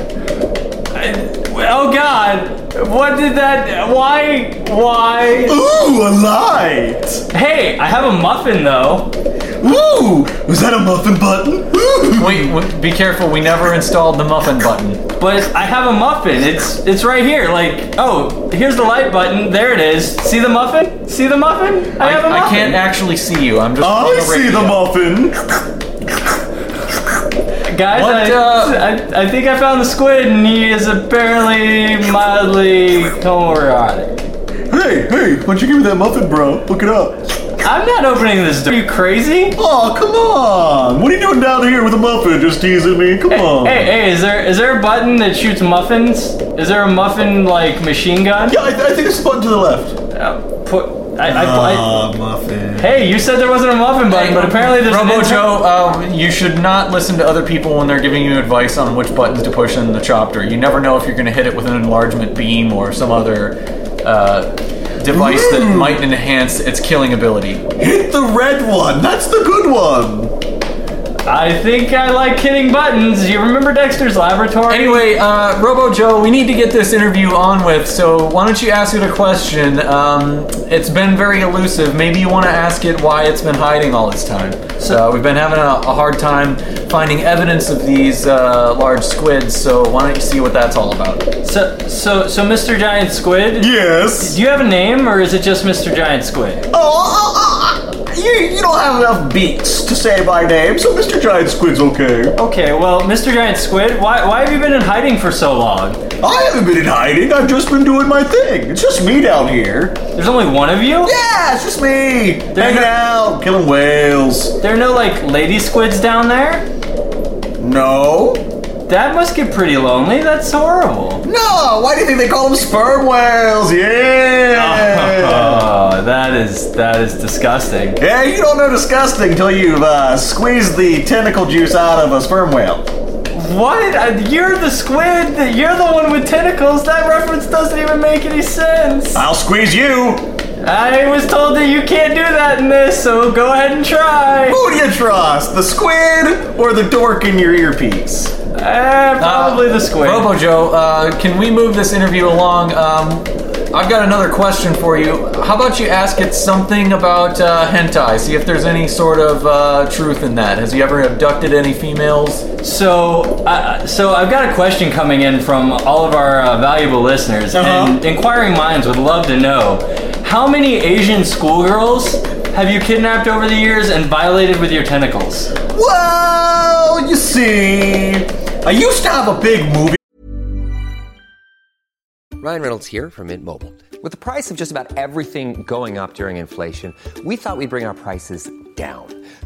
Speaker 7: Oh God! What did that? Why? Why?
Speaker 2: Ooh, a light!
Speaker 7: Hey, I have a muffin though.
Speaker 2: Ooh, was that a muffin button? Ooh.
Speaker 3: Wait, wait, be careful. We never installed the muffin button.
Speaker 7: But I have a muffin. It's it's right here. Like oh, here's the light button. There it is. See the muffin? See the muffin? I have a muffin.
Speaker 3: I can't actually see you. I'm just.
Speaker 7: Oh,
Speaker 3: on
Speaker 2: I
Speaker 3: the
Speaker 2: see the
Speaker 3: radio.
Speaker 2: muffin.
Speaker 7: Guys,
Speaker 3: What,
Speaker 7: I,
Speaker 3: uh,
Speaker 7: I, I think I found the squid, and he is apparently mildly homoerotic.
Speaker 2: Hey, hey, why'd you give me that muffin, bro? Look it up.
Speaker 7: I'm not opening this door. Are you crazy?
Speaker 2: Oh, come on! What are you doing down here with a muffin just teasing me? Come on.
Speaker 7: Hey, hey, is there is there a button that shoots muffins? Is there a muffin like machine gun?
Speaker 2: Yeah, I, I think it's the button to the left.
Speaker 7: Uh, put, I,
Speaker 2: Uh.
Speaker 7: I, I,
Speaker 2: muffin.
Speaker 7: hey, you said there wasn't a muffin button, but apparently there's
Speaker 3: Robo
Speaker 7: an inter-
Speaker 3: Joe, uh, you should not listen to other people when they're giving you advice on which buttons to push in the chopper. You never know if you're going to hit it with an enlargement beam or some other uh, device that might enhance its killing ability.
Speaker 2: Hit the red one. That's the good one.
Speaker 7: I think I like hitting buttons. You remember Dexter's Laboratory?
Speaker 3: Anyway, uh, Robo Joe, we need to get this interview on with, so why don't you ask it a question? Um, it's been very elusive. Maybe you want to ask it why it's been hiding all this time. So we've been having a, a hard time finding evidence of these uh, large squids. So why don't you see what that's all about?
Speaker 7: so so so Mr. Giant Squid.
Speaker 2: Yes.
Speaker 7: Do you have a name, or is it just Mr. Giant Squid?
Speaker 2: Oh, uh, uh, uh, you, you don't have enough beats to say my name, so Mr. Giant Squid's okay.
Speaker 7: Okay, well, Mr. Giant Squid, why why have you been in hiding for so long?
Speaker 2: I haven't been in hiding. I've just been doing my thing. It's just me down here.
Speaker 7: There's only one of you.
Speaker 2: Yeah, it's just me hanging out, killing whales.
Speaker 7: There are no like lady squids down there.
Speaker 2: No,
Speaker 7: That must get pretty lonely. That's horrible.
Speaker 2: no. Why do you think they call them sperm whales? Yeah.
Speaker 7: Oh, that is that is disgusting.
Speaker 2: Yeah, you don't know disgusting till you've uh, squeezed the tentacle juice out of a sperm whale.
Speaker 7: What? Uh, You're the squid. that- You're the one with tentacles. That reference doesn't even make any sense.
Speaker 2: I'll squeeze you.
Speaker 7: I was told that you can't do that in this, so go ahead and try.
Speaker 2: Who do you trust, the squid or the dork in your earpiece?
Speaker 7: Eh, probably the squid.
Speaker 3: Robo Joe, uh, can we move this interview along? Um, I've got another question for you. How about you ask it something about uh, hentai? See if there's any sort of uh, truth in that. Has he ever abducted any females?
Speaker 7: So, uh, so I've got a question coming in from all of our uh, valuable listeners, and inquiring minds would love to know how many Asian schoolgirls have you kidnapped over the years and violated with your tentacles?
Speaker 2: Well, you see, I used to have a big movie
Speaker 8: Ryan Reynolds here from Mint Mobile. With the price of just about everything going up during inflation, we thought we'd bring our prices down.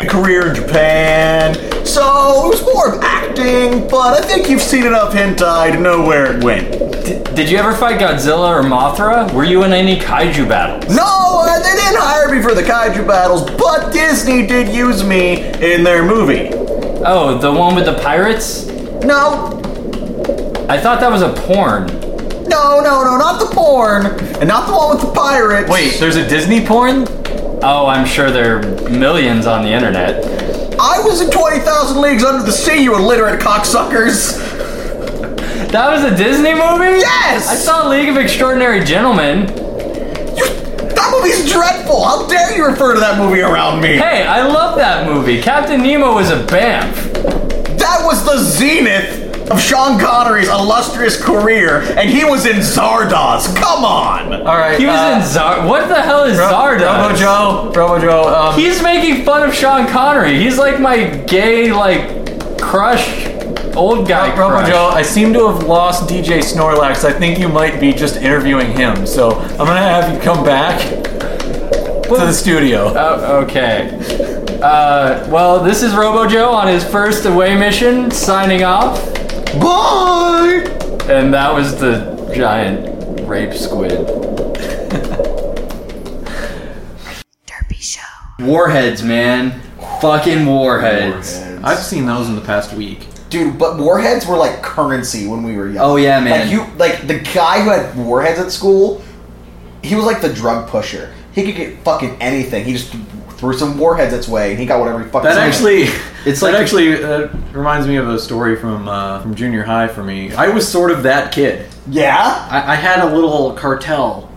Speaker 6: career in Japan. So it was more of acting, but I think you've seen enough hentai to know where it went.
Speaker 7: Did you ever fight Godzilla or Mothra? Were you in any kaiju battles?
Speaker 6: No, uh, they didn't hire me for the kaiju battles, but Disney did use me in their movie.
Speaker 7: Oh, the one with the pirates?
Speaker 6: No.
Speaker 7: I thought that was a porn.
Speaker 6: No, no, no, not the porn, and not the one with the pirates.
Speaker 7: Wait, there's a Disney porn? Oh, I'm sure there are millions on the internet.
Speaker 6: I was in 20,000 Leagues Under the Sea, you illiterate cocksuckers.
Speaker 7: That was a Disney movie?
Speaker 6: Yes!
Speaker 7: I saw League of Extraordinary Gentlemen.
Speaker 6: That movie's dreadful. How dare you refer to that movie around me?
Speaker 7: Hey, I love that movie. Captain Nemo is a BAMF.
Speaker 6: That was the zenith of Sean Connery's illustrious career, and he was in Zardoz. Come on!
Speaker 9: All right.
Speaker 7: He was
Speaker 3: uh,
Speaker 7: in Zar. What the hell is Zardoz?
Speaker 9: Robo Joe. Robo Joe. Um,
Speaker 7: He's making fun of Sean Connery. He's like my gay, like, crush, old guy
Speaker 9: Robo
Speaker 7: crush.
Speaker 9: Joe, I seem to have lost DJ Snorlax. I think you might be just interviewing him, so I'm gonna have you come back to the studio.
Speaker 7: Oh, okay. Uh, well, this is Robo Joe on his first away mission, signing off.
Speaker 6: Bye!
Speaker 7: And that was the giant rape squid.
Speaker 1: Derpy Show.
Speaker 4: Warheads, man. Fucking warheads.
Speaker 3: I've seen those in the past week.
Speaker 2: Dude, but warheads were like currency when we were young.
Speaker 4: Oh, yeah, man.
Speaker 2: Like you, like the guy who had warheads at school, he was like the drug pusher. He could get fucking anything. He just threw some warheads its way, and he got whatever he fucking.
Speaker 3: That actually,
Speaker 4: It's
Speaker 3: it's
Speaker 4: like-
Speaker 3: that actually uh, reminds me of a story from uh, from junior high for me. I was sort of that kid.
Speaker 2: yeah.
Speaker 3: I, I had a little cartel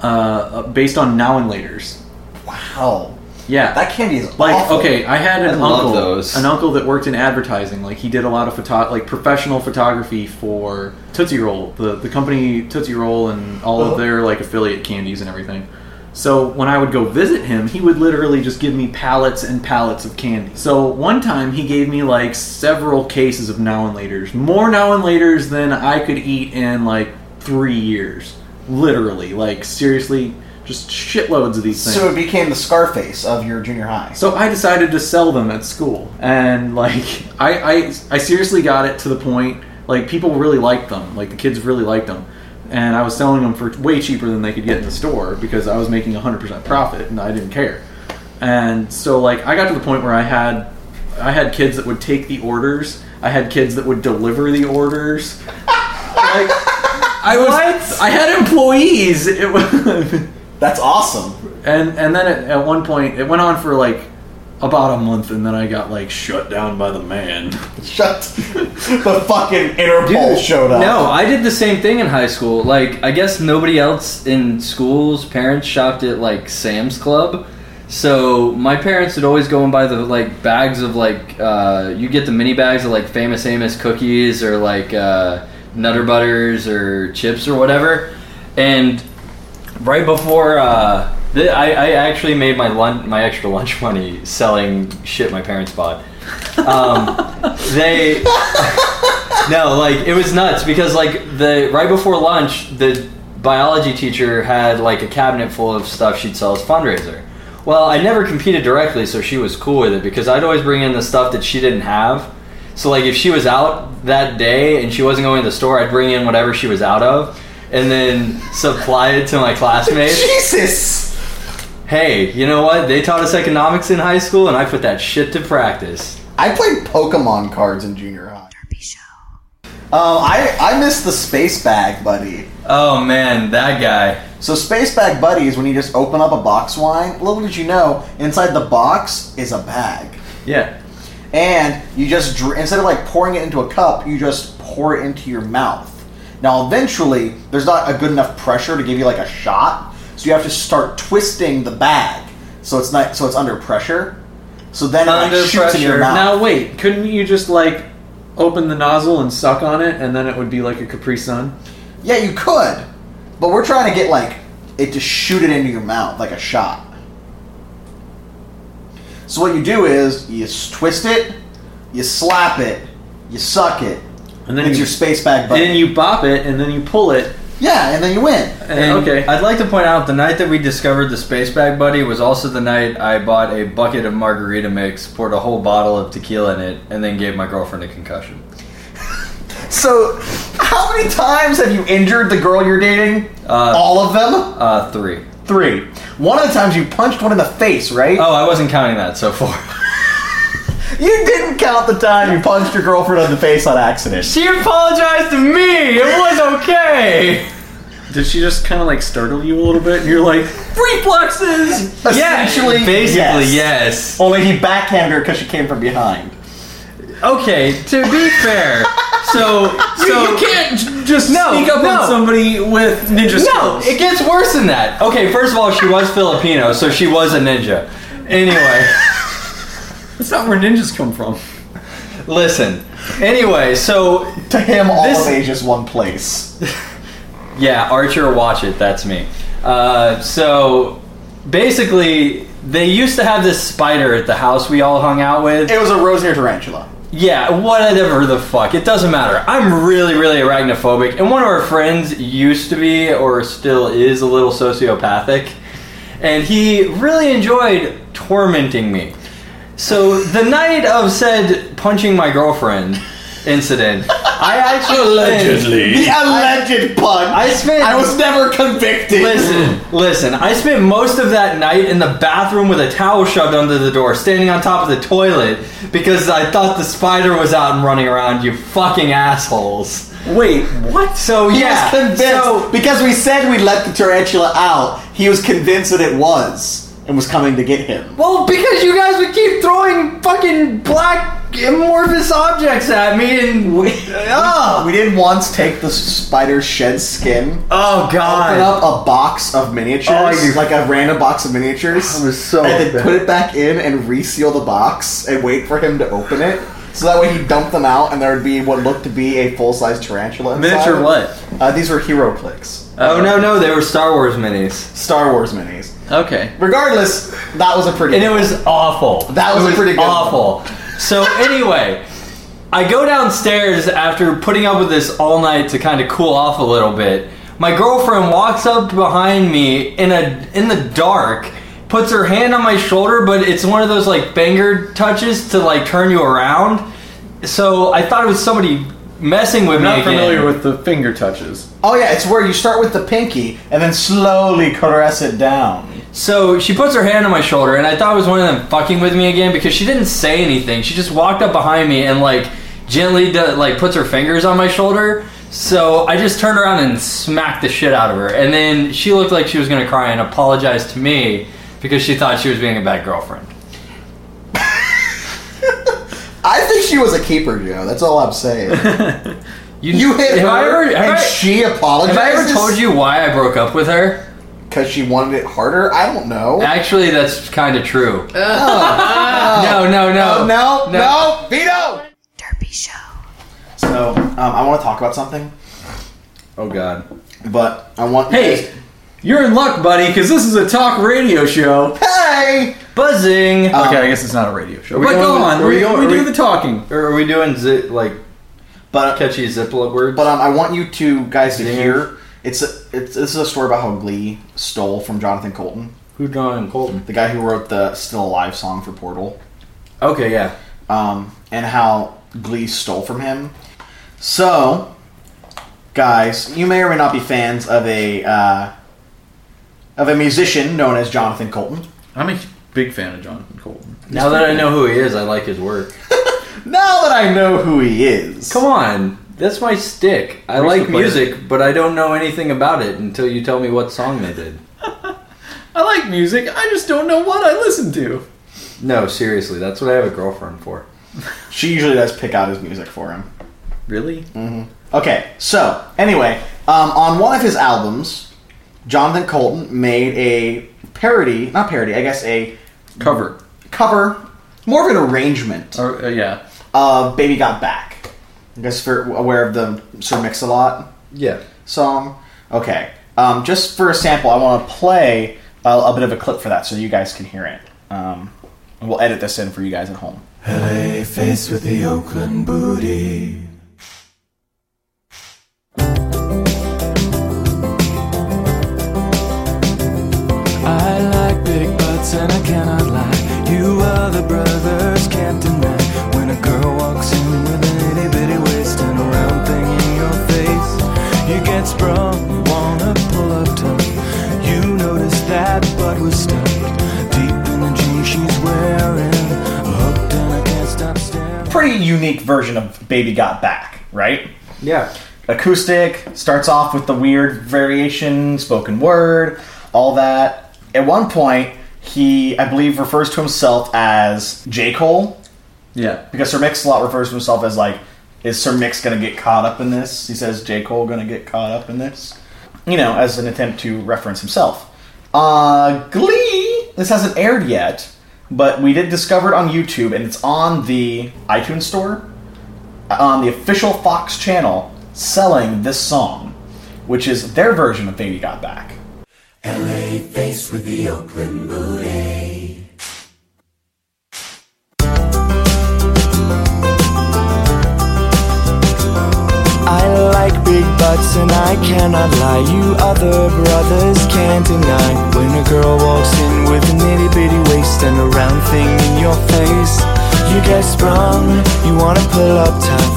Speaker 3: uh, based on now and later's.
Speaker 2: Wow,
Speaker 3: Yeah,
Speaker 2: that candy is
Speaker 3: like
Speaker 2: awful.
Speaker 3: okay, I had
Speaker 4: I
Speaker 3: an
Speaker 4: love
Speaker 3: uncle,
Speaker 4: those.
Speaker 3: an uncle that worked in advertising. Like he did a lot of photo, like professional photography for Tootsie Roll, the the company Tootsie Roll, and all
Speaker 4: Oh.
Speaker 3: of their like affiliate candies and everything. So when I would go visit him, he would literally just give me pallets and pallets of candy. So one time he gave me like several cases of now and laters, more now and laters than I could eat in like three years, literally. Like seriously, just shitloads of these things.
Speaker 2: So it became the Scarface of your junior high.
Speaker 3: So I decided to sell them at school, and like I, I, I seriously got it to the point like people really liked them, like the kids really liked them, and I was selling them for way cheaper than they could get in the store because I was making hundred percent profit and I didn't care. And so like I got to the point where I had, I had kids that would take the orders, I had kids that would deliver the orders. like, I was, I had employees. It was.
Speaker 2: That's awesome.
Speaker 3: And and then at, at one point it went on for like about a month, and then I got like shut down by the man.
Speaker 2: Shut the fucking Interpol showed up.
Speaker 4: No, I did the same thing in high school. Like, I guess nobody else in school's parents shopped at like Sam's Club. So my parents would always go and buy the like bags of like uh, you get the mini bags of like Famous Amos cookies or like uh, Nutter Butters or chips or whatever. And right before uh, th- I, I actually made my lunch, my extra lunch money selling shit my parents bought. Um, they no, like it was nuts because like the right before lunch, the biology teacher had like a cabinet full of stuff she'd sell as fundraiser. Well, I never competed directly, so she was cool with it because I'd always bring in the stuff that she didn't have. So like if she was out that day and she wasn't going to the store, I'd bring in whatever she was out of and then supply it to my classmates.
Speaker 2: Jesus.
Speaker 4: hey, you know what? They taught us economics in high school, and I put that shit to practice.
Speaker 2: I played Pokemon cards in junior high. Um, I I missed the space bag, buddy.
Speaker 4: Oh man, that guy.
Speaker 2: So space bag buddy is when you just open up a box wine. Little did you know, inside the box is a bag,
Speaker 4: Yeah.
Speaker 2: and you just dr- instead of like pouring it into a cup, you just pour it into your mouth. Now, eventually, there's not a good enough pressure to give you like a shot, so you have to start twisting the bag so it's not so it's under pressure. So then it like,
Speaker 3: Under
Speaker 2: shoots in your
Speaker 3: pressure.
Speaker 2: mouth.
Speaker 3: Now wait, couldn't you just like open the nozzle and suck on it, and then it would be like a Capri Sun?
Speaker 2: Yeah, you could, but we're trying to get like it to shoot it into your mouth like a shot. So what you do is you s- twist it, you slap it, you suck it,
Speaker 3: And then
Speaker 2: it's
Speaker 3: you-
Speaker 2: your space bag button.
Speaker 3: Then you bop it, and then you pull it.
Speaker 2: Yeah, and then you win.
Speaker 4: And I'd like to point out the night that we discovered the space bag buddy was also the night I bought a bucket of margarita mix, poured a whole bottle of tequila in it, and then gave my girlfriend a concussion.
Speaker 2: So how many times have you injured the girl you're dating?
Speaker 4: Uh,
Speaker 2: All of them?
Speaker 4: Uh, three.
Speaker 2: Three. One of the times you punched one in the face, right?
Speaker 4: Oh, I wasn't counting that, so four.
Speaker 2: You didn't count the time you punched your girlfriend in the face on accident.
Speaker 4: She apologized to me. It was okay.
Speaker 3: Did she just kind of like startle you a little bit, and you're like,
Speaker 4: reflexes.
Speaker 2: Essentially,
Speaker 4: basically,
Speaker 2: yes.
Speaker 4: yes.
Speaker 2: Only he backhanded her because she came from behind.
Speaker 4: Okay, to be fair, so
Speaker 3: You-
Speaker 4: so
Speaker 3: you can't j- just
Speaker 4: no,
Speaker 3: sneak up
Speaker 4: no.
Speaker 3: on somebody with ninja
Speaker 4: No,
Speaker 3: skills?
Speaker 4: it gets worse than that. Okay, first of all, she was Filipino, so she was a ninja. Anyway.
Speaker 3: That's not where ninjas come from.
Speaker 4: Listen. Anyway, so
Speaker 2: to him, all
Speaker 4: this,
Speaker 2: of Asia's one place.
Speaker 4: Yeah, Archer, watch it. That's me. Uh, so basically, they used to have this spider at the house we all hung out with.
Speaker 2: It was a rose near tarantula.
Speaker 4: Yeah, whatever the fuck. It doesn't matter. I'm really, really arachnophobic, and one of our friends used to be, or still is, a little sociopathic, and he really enjoyed tormenting me. So the night of said punching my girlfriend incident, I actually
Speaker 5: Allegedly.
Speaker 2: The alleged pun.
Speaker 4: I spent.
Speaker 2: I was never convicted.
Speaker 4: Listen, listen. I spent most of that night in the bathroom with a towel shoved under the door, standing on top of the toilet because I thought the spider was out and running around. You fucking assholes.
Speaker 3: Wait, what?
Speaker 4: So
Speaker 2: He
Speaker 4: yeah,
Speaker 2: was convinced
Speaker 4: so
Speaker 2: because we said we let the tarantula out. He was convinced that it was and was coming to get him.
Speaker 4: well because you guys would keep throwing fucking black amorphous objects at me and Ah!
Speaker 2: We did once take the spider's shed skin,
Speaker 4: oh
Speaker 2: open
Speaker 4: god.
Speaker 2: up a box of miniatures,
Speaker 4: Oh, you-
Speaker 2: like a random box of miniatures,
Speaker 4: That was so
Speaker 2: and then
Speaker 4: bad.
Speaker 2: put it back in and reseal the box and wait for him to open it. So that way he'd dump them out and there would be what looked to be a full size tarantula. Inside.
Speaker 4: Miniature what?
Speaker 2: Uh, these were hero clicks.
Speaker 4: Oh no no, they were Star Wars minis.
Speaker 2: Star Wars minis.
Speaker 4: Okay.
Speaker 2: Regardless, that was a pretty.
Speaker 4: and it was awful.
Speaker 2: That was
Speaker 4: It
Speaker 2: a pretty good
Speaker 4: awful. So anyway, I go downstairs after putting up with this all night to kind of cool off a little bit. My girlfriend walks up behind me in a in the dark, puts her hand on my shoulder, but it's one of those like finger touches to like turn you around. So I thought it was somebody messing with
Speaker 3: I'm
Speaker 4: me.
Speaker 3: not
Speaker 4: again.
Speaker 3: familiar with the finger touches.
Speaker 2: Oh yeah, it's where you start with the pinky and then slowly caress it down.
Speaker 4: So she puts her hand on my shoulder, and I thought it was one of them fucking with me again because she didn't say anything. She just walked up behind me and like gently do, like puts her fingers on my shoulder. So I just turned around and smacked the shit out of her, and then she looked like she was gonna cry and apologized to me because she thought she was being a bad girlfriend.
Speaker 2: I think she was a keeper, Joe. That's all I'm saying. you hit her,
Speaker 4: have I ever, have
Speaker 2: and
Speaker 4: I-
Speaker 2: she
Speaker 4: have
Speaker 2: apologized.
Speaker 4: I ever told you why I broke up with her?
Speaker 2: because she wanted it harder? I don't know.
Speaker 4: Actually, that's kind of true.
Speaker 2: Oh,
Speaker 4: No, no, no,
Speaker 2: no, Oh, no, no, veto.
Speaker 1: Derpy Show.
Speaker 2: So um, I want to talk about something,
Speaker 4: Oh god.
Speaker 2: but I want
Speaker 3: Hey, you're in luck, buddy, because this is a talk radio show.
Speaker 2: Hey,
Speaker 4: Buzzing.
Speaker 3: okay, I guess it's not a radio show.
Speaker 4: we
Speaker 3: But
Speaker 4: going
Speaker 3: go
Speaker 4: with-
Speaker 3: on.
Speaker 4: are we
Speaker 3: We,
Speaker 4: going-
Speaker 3: we
Speaker 4: are
Speaker 3: do
Speaker 4: we-
Speaker 3: the talking.
Speaker 4: Or are we doing zi- like
Speaker 2: but
Speaker 4: catchy zip words?
Speaker 2: but um, I want you to guys to hear. It's a, it's this is a story about how Glee stole from Jonathan Colton,
Speaker 4: Who John Colton?
Speaker 2: the guy who wrote the "Still Alive" song for Portal.
Speaker 4: Okay, yeah.
Speaker 2: um, and how Glee stole from him. So, guys, you may or may not be fans of a uh, of a musician known as Jonathan Colton.
Speaker 3: I'm a big fan of Jonathan Colton.
Speaker 4: Now that I know who he is, I like his work.
Speaker 2: now that I know who he is.
Speaker 4: Come on. That's my stick. I
Speaker 3: Where's
Speaker 4: like
Speaker 3: the player?
Speaker 4: music, but I don't know anything about it until you tell me what song they did.
Speaker 3: I like music. I just don't know what I listen to.
Speaker 4: No, seriously, that's what I have a girlfriend for.
Speaker 2: She usually does pick out his music for him.
Speaker 3: Really?
Speaker 4: Mm-hmm.
Speaker 2: hmm Okay, so anyway, um, on one of his albums, Jonathan Colton made a parody, not parody, I guess a
Speaker 3: cover,
Speaker 2: cover, more of an arrangement.
Speaker 3: Uh, yeah.
Speaker 2: Of "Baby Got Back." I guess for aware of the Sir Mix-a-Lot
Speaker 4: Yeah.
Speaker 2: song. Okay, um, just for a sample, I want to play a, a bit of a clip for that so you guys can hear it. Um, and we'll edit this in for you guys at home.
Speaker 10: LA face with the Oakland booty.
Speaker 7: I like big butts and I cannot lie. You other brothers can't deny. When a girl walks in with an itty bitty waist and a round thing in your face, you get sprung, you wanna pull up tough. You notice that butt was stuffed. Deep in the jeans she's wearing, hooked and I can't stop staring.
Speaker 2: pretty unique version of Baby Got Back, right?
Speaker 4: Yeah.
Speaker 2: Acoustic, starts off with the weird variation, spoken word, all that. At one point, he, I believe, refers to himself as J. Cole,
Speaker 3: Yeah.
Speaker 2: because Sir Mix-a-Lot refers to himself as like, is Sir Mix gonna get caught up in this? He says J. Cole gonna get caught up in this? You know, as an attempt to reference himself. Uh, Glee, this hasn't aired yet, but we did discover it on YouTube and it's on the iTunes store, uh, on the official Fox channel, selling this song, which is their version of Baby Got Back.
Speaker 10: LA face with the Oakland booty.
Speaker 7: I like big butts and I cannot lie. You other brothers can't deny. When a girl walks in with an itty bitty waist and a round thing in your face, you get sprung. You wanna pull up tough.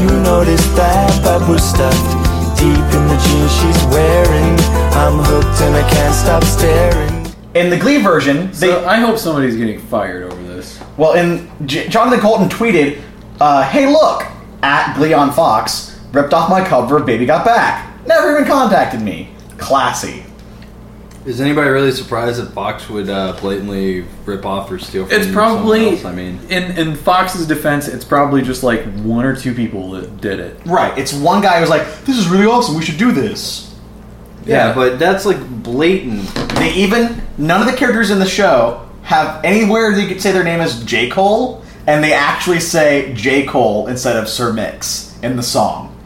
Speaker 7: You notice that butt was stuffed deep in the jeans she's wearing. I'm hooked and I can't stop staring.
Speaker 2: In the Glee version, they.
Speaker 3: I hope somebody's getting fired over this.
Speaker 2: Well, and J- Jonathan Colton tweeted, uh, "Hey, look at Glee on Fox ripped off my cover of Baby Got Back. Never even contacted me. Classy."
Speaker 4: Is anybody really surprised that Fox would uh, blatantly rip off or steal from
Speaker 3: It's
Speaker 4: someone
Speaker 3: probably
Speaker 4: else? I mean,
Speaker 3: in in Fox's defense, it's probably just like one or two people that did it.
Speaker 2: Right. It's one guy who's like, "This is really awesome. We should do this."
Speaker 4: Yeah, but that's like blatant.
Speaker 2: They even none of the characters in the show have anywhere they could say their name is J Cole, and they actually say J Cole instead of Sir Mix in the song.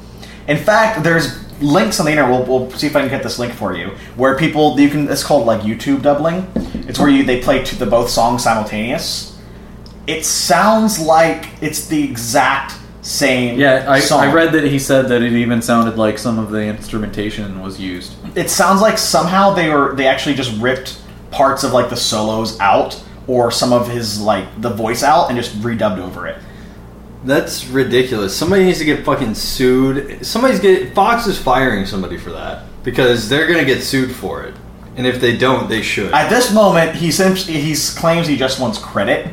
Speaker 2: In fact, there's links on the internet. We'll, we'll see if I can get this link for you, where people you can. It's called like YouTube doubling. It's where you they play to the both songs simultaneous. It sounds like it's the exact same.
Speaker 3: Yeah, I,
Speaker 2: song.
Speaker 3: I read that he said that it even sounded like some of the instrumentation was used.
Speaker 2: it sounds like somehow they were they actually just ripped parts of like the solos out or some of his like the voice out and just redubbed over it.
Speaker 4: That's ridiculous. Somebody needs to get fucking sued. Somebody's get Fox is firing somebody for that because they're gonna get sued for it. And if they don't, they should.
Speaker 2: At this moment, he seems, he claims he just wants credit.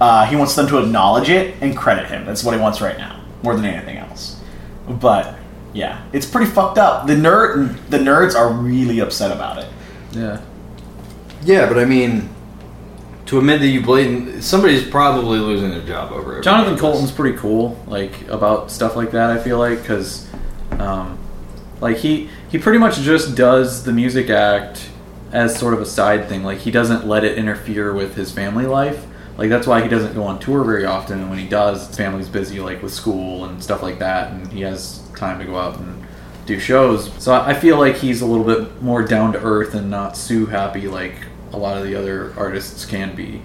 Speaker 2: Uh, he wants them to acknowledge it and credit him. That's what he wants right now, more than anything else. But yeah, it's pretty fucked up. The nerd the nerds are really upset about it.
Speaker 3: Yeah.
Speaker 4: Yeah, but I mean, to admit that you blatant, somebody's probably losing their job over it.
Speaker 3: Jonathan Colton's pretty cool, like about stuff like that. I feel like because, um, like he he pretty much just does the music act as sort of a side thing. Like he doesn't let it interfere with his family life. Like that's why he doesn't go on tour very often. And when he does, his family's busy, like with school and stuff like that, and he has time to go out and do shows. So I I feel like he's a little bit more down to earth and not so happy like a lot of the other artists can be.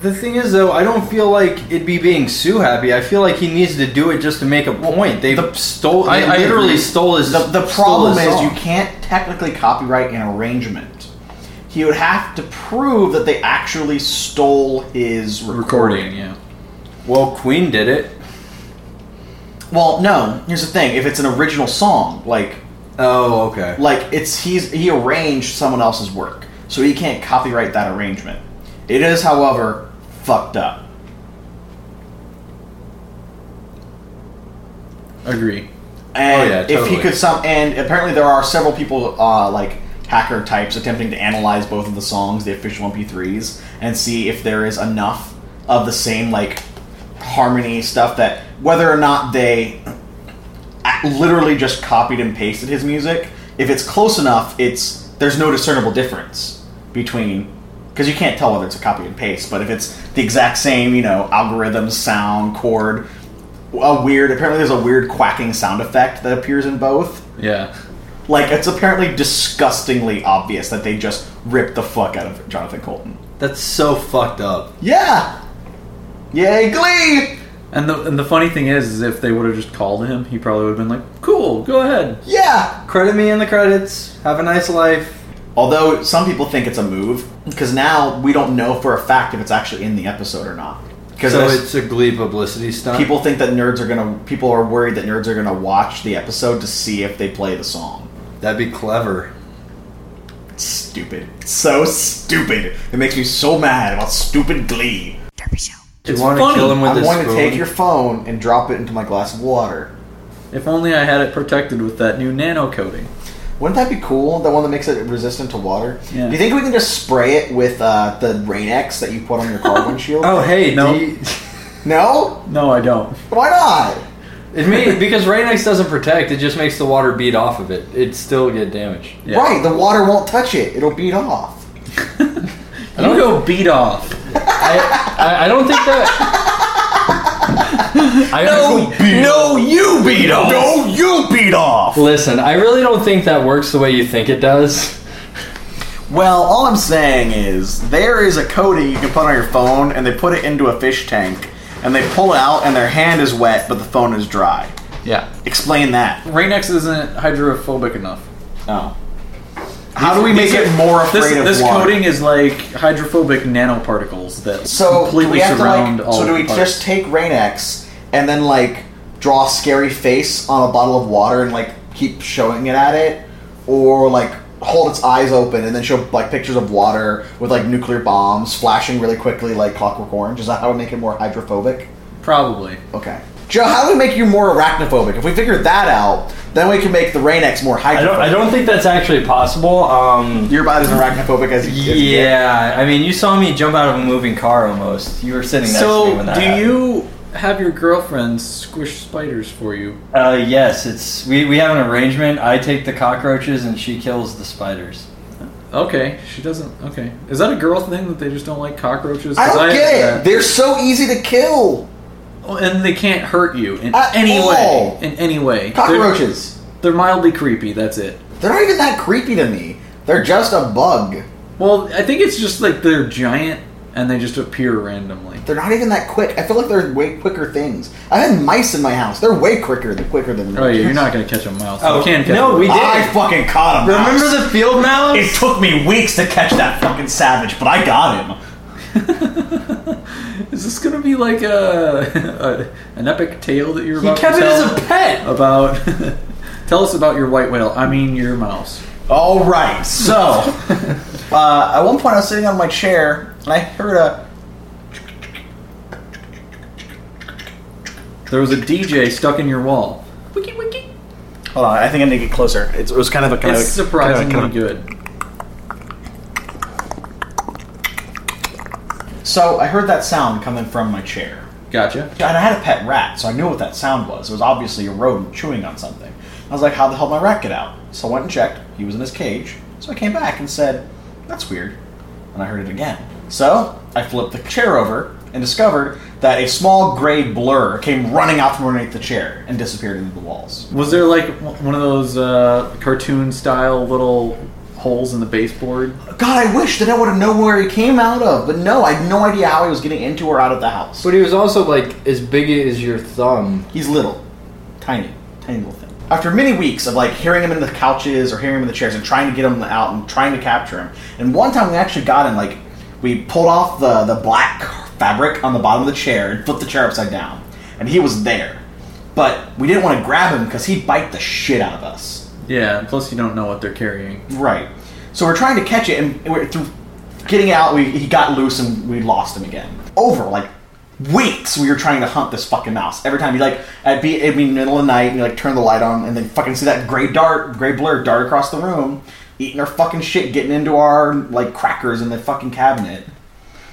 Speaker 4: The thing is, though, I don't feel like it'd be being Sue happy. I feel like he needs to do it just to make a point. They stole. They
Speaker 2: I- I
Speaker 4: literally
Speaker 2: agree.
Speaker 4: stole his.
Speaker 2: The, the
Speaker 4: stole
Speaker 2: problem
Speaker 4: his
Speaker 2: is
Speaker 4: song.
Speaker 2: you can't technically copyright an arrangement. He would have to prove that they actually stole his recording.
Speaker 3: Recording, yeah.
Speaker 4: Well, Queen did it.
Speaker 2: Well, no. Here's the thing: if it's an original song, like Oh, okay. Like it's he's he arranged someone else's work, so he can't copyright that arrangement. It is, however, fucked up.
Speaker 3: Agree.
Speaker 2: And
Speaker 3: Oh, yeah,
Speaker 2: if
Speaker 3: totally.
Speaker 2: he could some, and apparently there are several people uh, like hacker types attempting to analyze both of the songs, the official MP3s, and see if there is enough of the same like harmony stuff that whether or not they a- literally just copied and pasted his music. If it's close enough, it's there's no discernible difference between because you can't tell whether it's a copy and paste. But if it's the exact same, you know, algorithm, sound, chord, a weird apparently there's a weird quacking sound effect that appears in both.
Speaker 3: Yeah.
Speaker 2: Like it's apparently disgustingly obvious that they just ripped the fuck out of Jonathan Colton.
Speaker 4: That's so fucked up.
Speaker 2: Yeah. Yay, Glee!
Speaker 3: And the and the funny thing is, is if they would have just called him, he probably would have been like, "Cool, go ahead."
Speaker 2: Yeah.
Speaker 4: Credit me in the credits. Have a nice life.
Speaker 2: Although some people think it's a move because now we don't know for a fact if it's actually in the episode or not. Because
Speaker 4: So it's a Glee publicity stunt.
Speaker 2: people think that nerds are gonna people are worried that nerds are gonna watch the episode to see if they play the song.
Speaker 4: That'd be clever.
Speaker 2: Stupid. So stupid. It makes me so mad about stupid Glee.
Speaker 1: Derpy Show.
Speaker 4: Do you It's wanna funny. kill him with
Speaker 2: I'm
Speaker 4: a
Speaker 2: going to
Speaker 4: spoon?
Speaker 2: take your phone and drop it into my glass of water.
Speaker 3: If only I had it protected with that new nano coating.
Speaker 2: Wouldn't that be cool? The one that makes it resistant to water.
Speaker 3: Yeah.
Speaker 2: Do you think we can just spray it with uh, the Rain X that you put on your car windshield?
Speaker 4: Oh, hey,
Speaker 2: no,
Speaker 4: do you-
Speaker 2: no,
Speaker 3: no, I don't.
Speaker 2: Why not?
Speaker 4: It may, because Rain-X doesn't protect. It just makes the water bead off of it. It'd still get damaged.
Speaker 2: Right, the water won't touch it. It'll beat off.
Speaker 4: I don't go beat off.
Speaker 7: I, I, I don't think that. I,
Speaker 6: no,
Speaker 7: no,
Speaker 6: you beat off. No, you beat off.
Speaker 7: Listen, I really don't think that works the way you think it does.
Speaker 2: Well, all I'm saying is there is a coating you can put on your phone, and they put it into a fish tank, and they pull it out, and their hand is wet, but the phone is dry.
Speaker 3: Yeah.
Speaker 2: Explain that.
Speaker 3: Rain-X isn't hydrophobic enough.
Speaker 2: Oh. How do we make it more afraid
Speaker 3: this,
Speaker 2: of
Speaker 3: This
Speaker 2: water?
Speaker 3: coating is like hydrophobic nanoparticles that
Speaker 2: So do
Speaker 3: completely
Speaker 2: we have to
Speaker 3: surround
Speaker 2: like,
Speaker 3: all
Speaker 2: so do
Speaker 3: the
Speaker 2: we
Speaker 3: parts.
Speaker 2: just take Rain X and then like draw a scary face on a bottle of water and like keep showing it at it, or like hold its eyes open and then show like pictures of water with like nuclear bombs flashing really quickly like Clockwork Orange? Is that how we make it more hydrophobic?
Speaker 3: Probably.
Speaker 2: Okay. Joe, how do we make you more arachnophobic? If we figure that out, then we can make the Rain X more hydrophobic.
Speaker 7: I don't. I don't think that's actually possible. Um,
Speaker 2: You're about as arachnophobic as you as you get.
Speaker 4: Yeah, I mean, you saw me jump out of a moving car almost. You were sitting next to me
Speaker 3: So
Speaker 4: when that
Speaker 3: do
Speaker 4: happened.
Speaker 3: you have your girlfriend squish spiders for you?
Speaker 4: Uh, yes, it's we, we have an arrangement. I take the cockroaches and she kills the spiders.
Speaker 3: Okay, she doesn't. Okay, is that a girl thing that they just don't like cockroaches?
Speaker 2: I
Speaker 3: 'Cause
Speaker 2: don't get it.
Speaker 3: uh,
Speaker 2: They're so easy to kill.
Speaker 3: Well, Oh, and they can't hurt you in
Speaker 2: At
Speaker 3: any
Speaker 2: all.
Speaker 3: way. In any way,
Speaker 2: Cockroaches.
Speaker 3: They're, they're mildly creepy. That's it.
Speaker 2: They're not even that creepy to me. They're just a bug.
Speaker 3: Well, I think it's just like they're giant and they just appear randomly.
Speaker 2: They're not even that quick. I feel like they're way quicker things. I had mice in my house. They're way quicker than quicker than.
Speaker 3: Oh yeah, you're not gonna catch a mouse. You can catch
Speaker 4: no,
Speaker 3: a
Speaker 4: we
Speaker 3: mouse.
Speaker 4: did.
Speaker 2: I fucking caught him.
Speaker 4: Remember the field mouse?
Speaker 2: It took me weeks to catch that fucking savage, but I got him.
Speaker 3: Is this gonna be like a, a an epic tale that you're
Speaker 4: He
Speaker 3: about
Speaker 4: kept
Speaker 3: to
Speaker 4: it
Speaker 3: tell
Speaker 4: as a pet.
Speaker 3: About tell us about your white whale. I mean your mouse.
Speaker 2: All right, so uh, at one point I was sitting on my chair and I heard a.
Speaker 3: There was a DJ stuck in your wall.
Speaker 2: Hold on, I think I need to get closer. It's, it was kind of a kind
Speaker 3: it's
Speaker 2: of
Speaker 3: surprisingly
Speaker 2: kind of a-
Speaker 3: good.
Speaker 2: So I heard that sound coming from my chair.
Speaker 3: Gotcha.
Speaker 2: And I had a pet rat, so I knew what that sound was. It was obviously a rodent chewing on something. I was like, how the hell did my rat get out? So I went and checked. He was in his cage. So I came back and said, that's weird. And I heard it again. So I flipped the chair over and discovered that a small gray blur came running out from underneath the chair and disappeared into the walls.
Speaker 3: Was there like w- one of those uh, cartoon style little holes in the baseboard?
Speaker 2: God, I wish that I would have known where he came out of, but no, I had no idea how he was getting into or out of the house.
Speaker 7: But he was also like as big as your thumb.
Speaker 2: He's little, tiny, tiny little thing. After many weeks of like hearing him in the couches or hearing him in the chairs and trying to get him out and trying to capture him, and one time we actually got him like we pulled off the the black fabric on the bottom of the chair and flipped the chair upside down, and he was there, but we didn't want to grab him because he'd bite the shit out of us.
Speaker 3: Yeah, and plus you don't know what they're carrying.
Speaker 2: Right. So we're trying to catch it, and we're through getting out. We he got loose, and we lost him again. Over like weeks, we were trying to hunt this fucking mouse. Every time you like, I'd be it'd be middle of the night, and you like turn the light on, and then fucking see that gray dart, gray blur dart across the room, eating our fucking shit, getting into our like crackers in the fucking cabinet.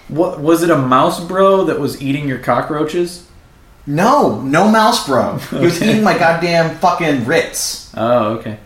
Speaker 3: What was it? A mouse bro that was eating your cockroaches?
Speaker 2: No, no mouse bro. He was eating my goddamn fucking Ritz.
Speaker 3: Oh, okay.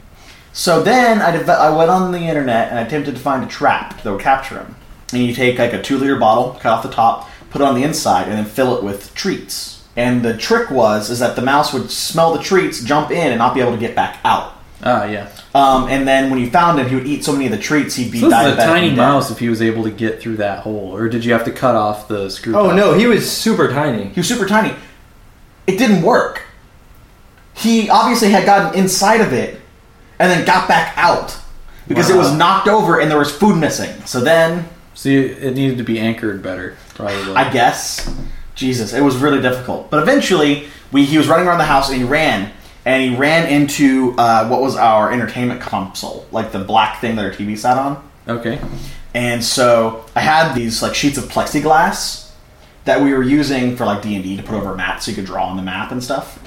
Speaker 2: So then I, deve- I went on the internet and I attempted to find a trap that would capture him. And you take like a two liter bottle, cut off the top, put it on the inside, and then fill it with treats. And the trick was is that the mouse would smell the treats, jump in, and not be able to get back out.
Speaker 3: Ah, yeah.
Speaker 2: Um, and then when you found him, he would eat so many of the treats he'd be
Speaker 3: So this
Speaker 2: diabetic.
Speaker 3: is a tiny
Speaker 2: and dead.
Speaker 3: mouse if he was able to get through that hole, or did you have to cut off the screw?
Speaker 2: Oh,
Speaker 3: top?
Speaker 2: no, he
Speaker 4: was super tiny.
Speaker 2: He was super tiny. It didn't work. He obviously had gotten inside of it and then got back out because it
Speaker 3: Wow.
Speaker 2: was knocked over and there was food missing. So then
Speaker 3: See, it needed to be anchored better, probably.
Speaker 2: I guess. Jesus, it was really difficult. But eventually, we he was running around the house and he ran and he ran into uh, what was our entertainment console, like the black thing that our TV sat on.
Speaker 3: Okay.
Speaker 2: And so I had these like sheets of plexiglass that we were using for like D and D to put over a map, so you could draw on the map and stuff.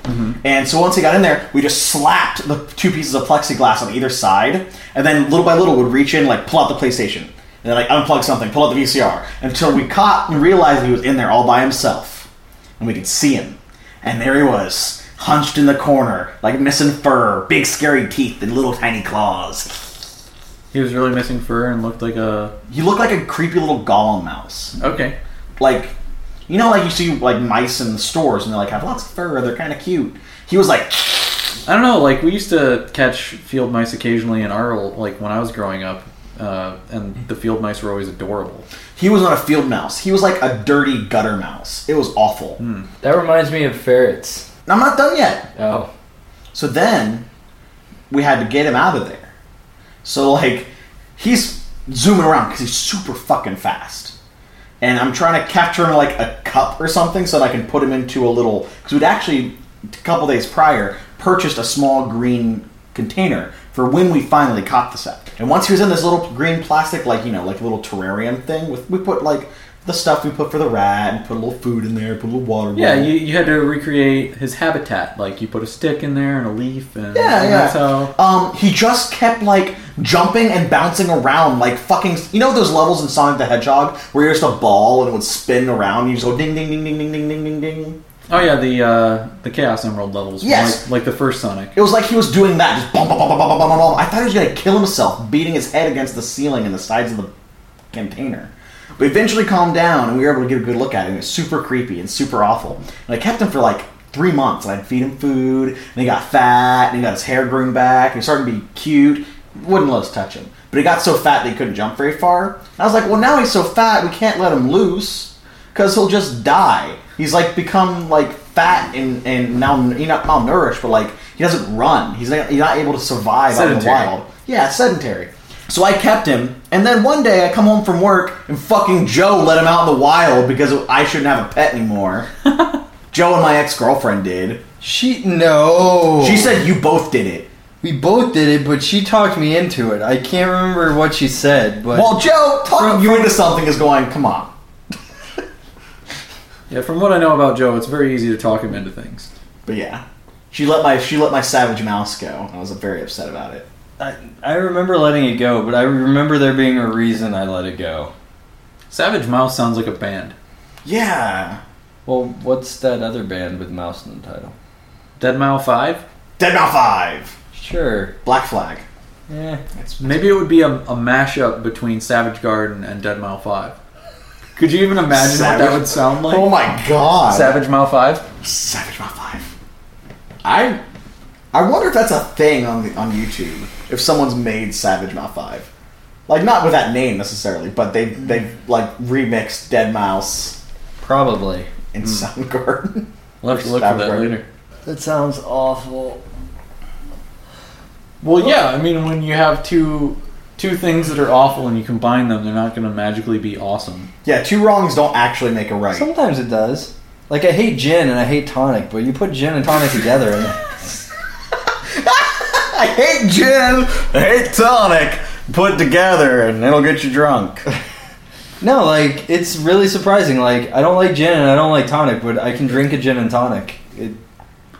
Speaker 2: And so once he got in there, we just slapped the two pieces of plexiglass on either side, and then little by little would reach in, like pull out the PlayStation, and then like unplug something, pull out the VCR, until we caught and realized he was in there all by himself, and we could see him, and there he was, hunched in the corner, like missing fur, big scary teeth, and little tiny claws.
Speaker 3: He was really missing fur and looked like a.
Speaker 2: You look like a creepy little golem mouse.
Speaker 3: Okay.
Speaker 2: Like, you know, like you see like mice in the stores, and they like have lots of fur. They're kind of cute. He was like,
Speaker 3: I don't know. Like we used to catch field mice occasionally in our old- like when I was growing up, uh, and the field mice were always adorable.
Speaker 2: He was not a field mouse. He was like a dirty gutter mouse. It was awful.
Speaker 7: Hmm. That reminds me of ferrets.
Speaker 2: I'm not done yet.
Speaker 7: Oh.
Speaker 2: So then we had to get him out of there. So like he's zooming around because he's super fucking fast. And I'm trying to capture him in, like a cup or something so that I can put him into a little because we'd actually a couple days prior purchased a small green container for when we finally caught this up. And once he was in this little green plastic, like you know, like little terrarium thing, with we put like the stuff we put for the rat, and put a little food in there, put a little water.
Speaker 3: Yeah,
Speaker 2: bottle.
Speaker 3: you, you had to recreate his habitat. Like you put a stick in there and a leaf, and
Speaker 2: Yeah, yeah.
Speaker 3: and That's how.
Speaker 2: Um, he just kept like jumping and bouncing around, like fucking. You know those levels in Sonic the Hedgehog where you're just a ball and it would spin around. And you just go ding, ding, ding, ding, ding, ding, ding, ding, ding.
Speaker 3: Oh yeah, the uh, the Chaos Emerald levels.
Speaker 2: Yes.
Speaker 3: like, like the first Sonic.
Speaker 2: It was like he was doing that. Just bum, bum, bum, bum, bum, bum, bum, bum. I thought he was gonna kill himself, beating his head against the ceiling and the sides of the container. We eventually calmed down and we were able to get a good look at him. It was super creepy and super awful. And I kept him for like three months. And I'd feed him food, and he got fat, and he got his hair groomed back, and he started to be cute. Wouldn't let us touch him. But he got so fat that he couldn't jump very far. And I was like, well, now he's so fat, we can't let him loose because he'll just die. He's like become like fat and, and now, you know, malnourished, but like he doesn't run. He's not, he's not able to survive out in the
Speaker 3: Sedentary.
Speaker 2: wild. Yeah, sedentary. So I kept him, and then one day I come home from work and fucking Joe let him out in the wild because I shouldn't have a pet anymore. Joe and my ex girlfriend did.
Speaker 4: She no.
Speaker 2: She said you both did it.
Speaker 4: We both did it, but she talked me into it. I can't remember what she said, but
Speaker 2: Well, Joe, talking you into something is going. Come on.
Speaker 3: Yeah, from what I know about Joe, it's very easy to talk him into things.
Speaker 2: But yeah, she let my she let my savage mouse go. I was very upset about it.
Speaker 4: I, I remember letting it go, but I remember there being a reason I let it go.
Speaker 3: Savage Mouse sounds like a band.
Speaker 2: Yeah.
Speaker 4: Well, what's that other band with mouse in the title?
Speaker 3: Dead Mile Five.
Speaker 2: Dead Mile Five.
Speaker 4: Sure.
Speaker 2: Black Flag.
Speaker 4: Yeah.
Speaker 3: Maybe it would be a, a mashup between Savage Garden and Dead Mile Five. Could you even imagine what that
Speaker 2: Savage-
Speaker 3: would sound like?
Speaker 2: Oh my God.
Speaker 3: Savage Mile Five.
Speaker 2: Savage Mile Five. I I wonder if that's a thing on the, on YouTube. If someone's made Savage Mile Five, like not with that name necessarily, but they they've like remixed Dead Mouse
Speaker 4: probably
Speaker 2: in Soundgarden.
Speaker 3: We'll have to look for that later.
Speaker 4: That sounds awful.
Speaker 3: Well, yeah. I mean, when you have two two things that are awful and you combine them, they're not going to magically be awesome.
Speaker 2: Yeah, two wrongs don't actually make a right.
Speaker 4: Sometimes it does. Like I hate gin and I hate tonic, but you put gin and tonic together and
Speaker 2: I hate gin. I hate tonic. Put together and it'll get you drunk.
Speaker 4: No, like it's really surprising. Like I don't like gin and I don't like tonic, but I can drink a gin and tonic. It,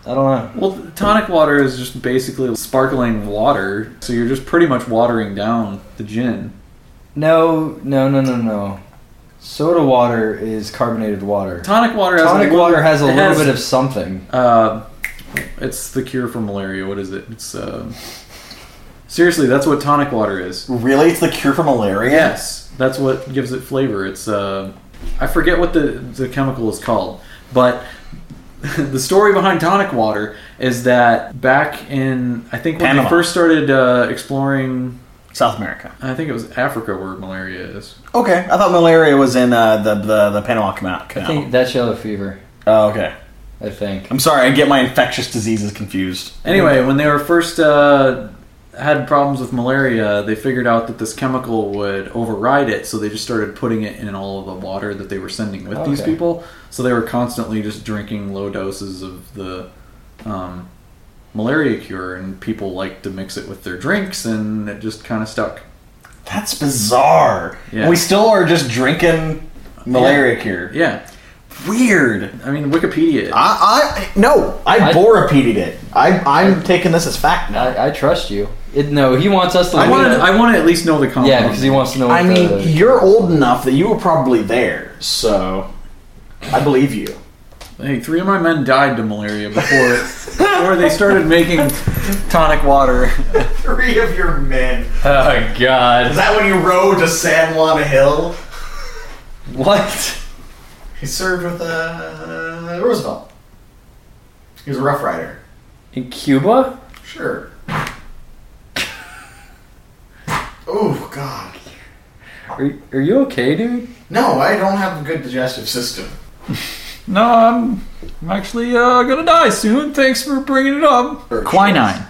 Speaker 4: I don't know.
Speaker 3: Well, tonic water is just basically sparkling water, so you're just pretty much watering down the gin.
Speaker 4: No, no, no, no, no. Soda water is carbonated water.
Speaker 3: Tonic water has a
Speaker 4: Tonic
Speaker 3: little-
Speaker 4: water has a
Speaker 3: it
Speaker 4: little
Speaker 3: has-
Speaker 4: bit of something.
Speaker 3: Uh, it's the cure for malaria. What is it? It's uh, seriously, that's what tonic water is.
Speaker 2: Really, it's the cure for malaria.
Speaker 3: Yes, that's what gives it flavor. It's uh, I forget what the the chemical is called, but the story behind tonic water is that back in I think when
Speaker 11: Panama.
Speaker 3: we first started uh, exploring
Speaker 2: South America,
Speaker 3: I think it was Africa where malaria is.
Speaker 2: Okay, I thought malaria was in uh, the, the the Panama Canal.
Speaker 4: Oh.
Speaker 3: I think
Speaker 4: that's yellow fever.
Speaker 2: Oh, okay.
Speaker 4: I think.
Speaker 2: I'm sorry. I get my infectious diseases confused.
Speaker 3: Anyway, when they were first uh, had problems with malaria, they figured out that this chemical would override it, so they just started putting it in all of the water that they were sending with these
Speaker 11: Okay.
Speaker 3: people. So they were constantly just drinking low doses of the um, malaria cure, and people liked to mix it with their drinks, and it just kind of stuck.
Speaker 2: That's bizarre.
Speaker 3: Yeah.
Speaker 2: We still are just drinking malaria cure.
Speaker 3: Yeah.
Speaker 2: Weird.
Speaker 3: I mean, Wikipedia.
Speaker 2: I, I no, I,
Speaker 4: I-
Speaker 2: borapedied it. I, I'm taking this as fact now.
Speaker 4: I, I trust you. It, no, he wants us to.
Speaker 2: I
Speaker 4: leave
Speaker 2: wanna-
Speaker 4: it.
Speaker 2: I
Speaker 3: wanna at least know the compound.
Speaker 4: uh, Yeah, because he wants to know. What
Speaker 2: I mean, you're old enough that you were probably there, so I believe you.
Speaker 3: Hey, three of my men died to malaria before before they started making tonic water.
Speaker 2: Three of your men.
Speaker 3: Oh God!
Speaker 2: Is that when you rode to San Juan Hill?
Speaker 4: What?
Speaker 2: He served with uh, Roosevelt. He was a Rough Rider.
Speaker 4: in Cuba.
Speaker 2: Sure. oh God.
Speaker 4: Are, you- are you okay, dude?
Speaker 2: No, I don't have a good digestive system.
Speaker 11: No, I'm, I'm actually uh, gonna die soon. Thanks for bringing it up. Quinine.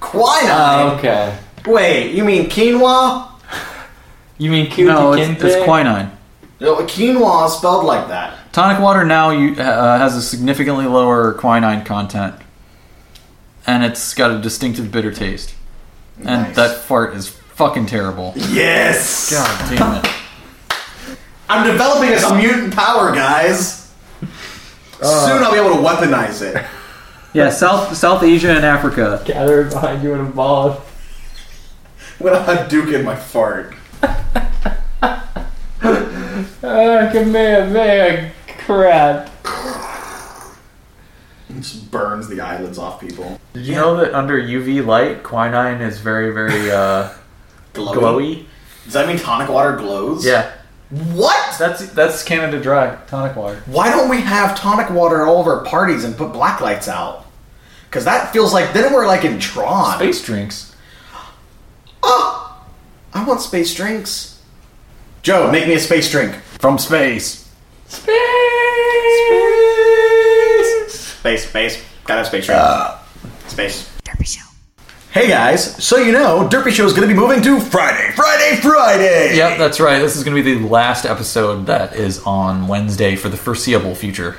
Speaker 2: Quinine.
Speaker 4: okay.
Speaker 2: Um, Wait, you mean quinoa?
Speaker 4: You mean
Speaker 11: No, it's, it's quinine.
Speaker 2: No, quinoa is spelled like that.
Speaker 11: Tonic water now you, uh, has a significantly lower quinine content, and it's got a distinctive bitter taste. And that fart is fucking terrible.
Speaker 2: Yes.
Speaker 11: God damn it.
Speaker 2: I'm developing this mutant power, guys.
Speaker 3: Uh.
Speaker 2: Soon I'll be able to weaponize it.
Speaker 3: Yeah, South South Asia and Africa.
Speaker 7: Gather behind you in a ball.
Speaker 2: When I Hadouken my fart.
Speaker 7: Ah, command, man, crap.
Speaker 2: It just burns the eyelids off people.
Speaker 3: Did you know that under UV light, quinine is very, very uh,
Speaker 2: glowy.
Speaker 3: glowy?
Speaker 2: Does that mean tonic water glows?
Speaker 3: Yeah.
Speaker 2: What?
Speaker 3: That's that's Canada Dry tonic water.
Speaker 2: Why don't we have tonic water at all of our parties and put black lights out? Because that feels like then we're like in Tron.
Speaker 3: Space drinks.
Speaker 2: I want space drinks. Joe, make me a space drink from space. Space, space, gotta have space drink. space. Derpy Show. Uh. Hey guys, so you know, Derpy Show is gonna be moving to Friday, Friday, Friday.
Speaker 11: Yep, that's right. This is going to be the last episode that is on Wednesday for the foreseeable future.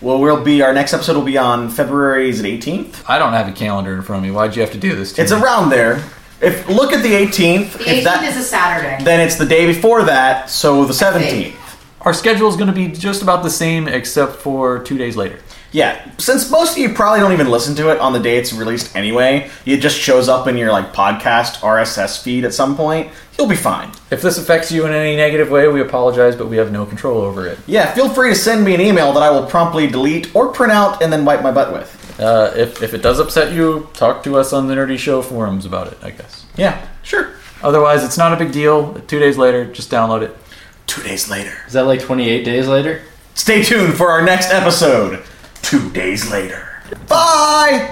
Speaker 2: Well, we'll be our next episode will be on February is it 18th?
Speaker 11: I don't have a calendar in front of me. Why'd you have to do this? To
Speaker 2: It's
Speaker 11: me?
Speaker 2: around there. If look at the 18th,
Speaker 1: The
Speaker 2: if
Speaker 1: 18th
Speaker 2: that-
Speaker 1: is a Saturday.
Speaker 2: then it's the day before that, so the
Speaker 1: think.
Speaker 2: 17th.
Speaker 11: Our schedule is going to be just about the same, except for two days later.
Speaker 2: Yeah, since most of you probably don't even listen to it on the day it's released anyway, it just shows up in your like podcast RSS feed at some point. You'll be fine.
Speaker 11: If this affects you in any negative way, we apologize, but we have no control over it.
Speaker 2: Yeah, feel free to send me an email that I will promptly delete or print out and then wipe my butt with.
Speaker 11: Uh, if, if it does upset you, talk to us on the Nerdy Show forums about it, I guess.
Speaker 2: Yeah, sure.
Speaker 11: Otherwise, it's not a big deal. Two days later, just download it.
Speaker 2: Two days later.
Speaker 7: Is that like 28 days later?
Speaker 2: Stay tuned for our next episode. Two days later. Bye!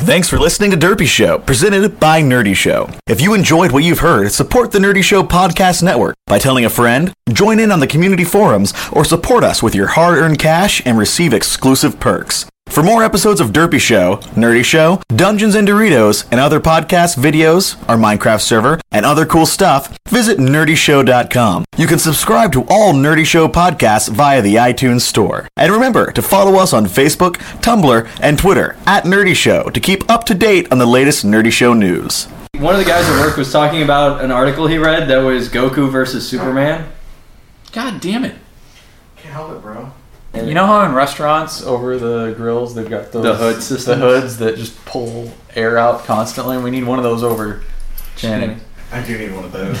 Speaker 2: Thanks for listening to Derpy Show, presented by Nerdy Show. If you enjoyed what you've heard, support the Nerdy Show Podcast Network by telling a friend, join in on the community forums, or support us with your hard earned cash and receive exclusive perks. For more episodes of Derpy Show, Nerdy Show, Dungeons and Doritos, and other podcasts, videos, our Minecraft server, and other cool stuff, visit nerdyshow.com. You can subscribe to all Nerdy Show podcasts via the iTunes Store. And remember to follow us on Facebook, Tumblr, and Twitter at Nerdy Show to keep up to date on the latest Nerdy Show news.
Speaker 4: One of the guys at work was talking about an article he read that was Goku versus Superman.
Speaker 3: God damn it.
Speaker 12: Can't help it, bro.
Speaker 3: You know how in restaurants over the grills they've got those
Speaker 4: The hood
Speaker 3: the hoods that just pull air out constantly. We need one of those over Channing.
Speaker 12: I do need one of those.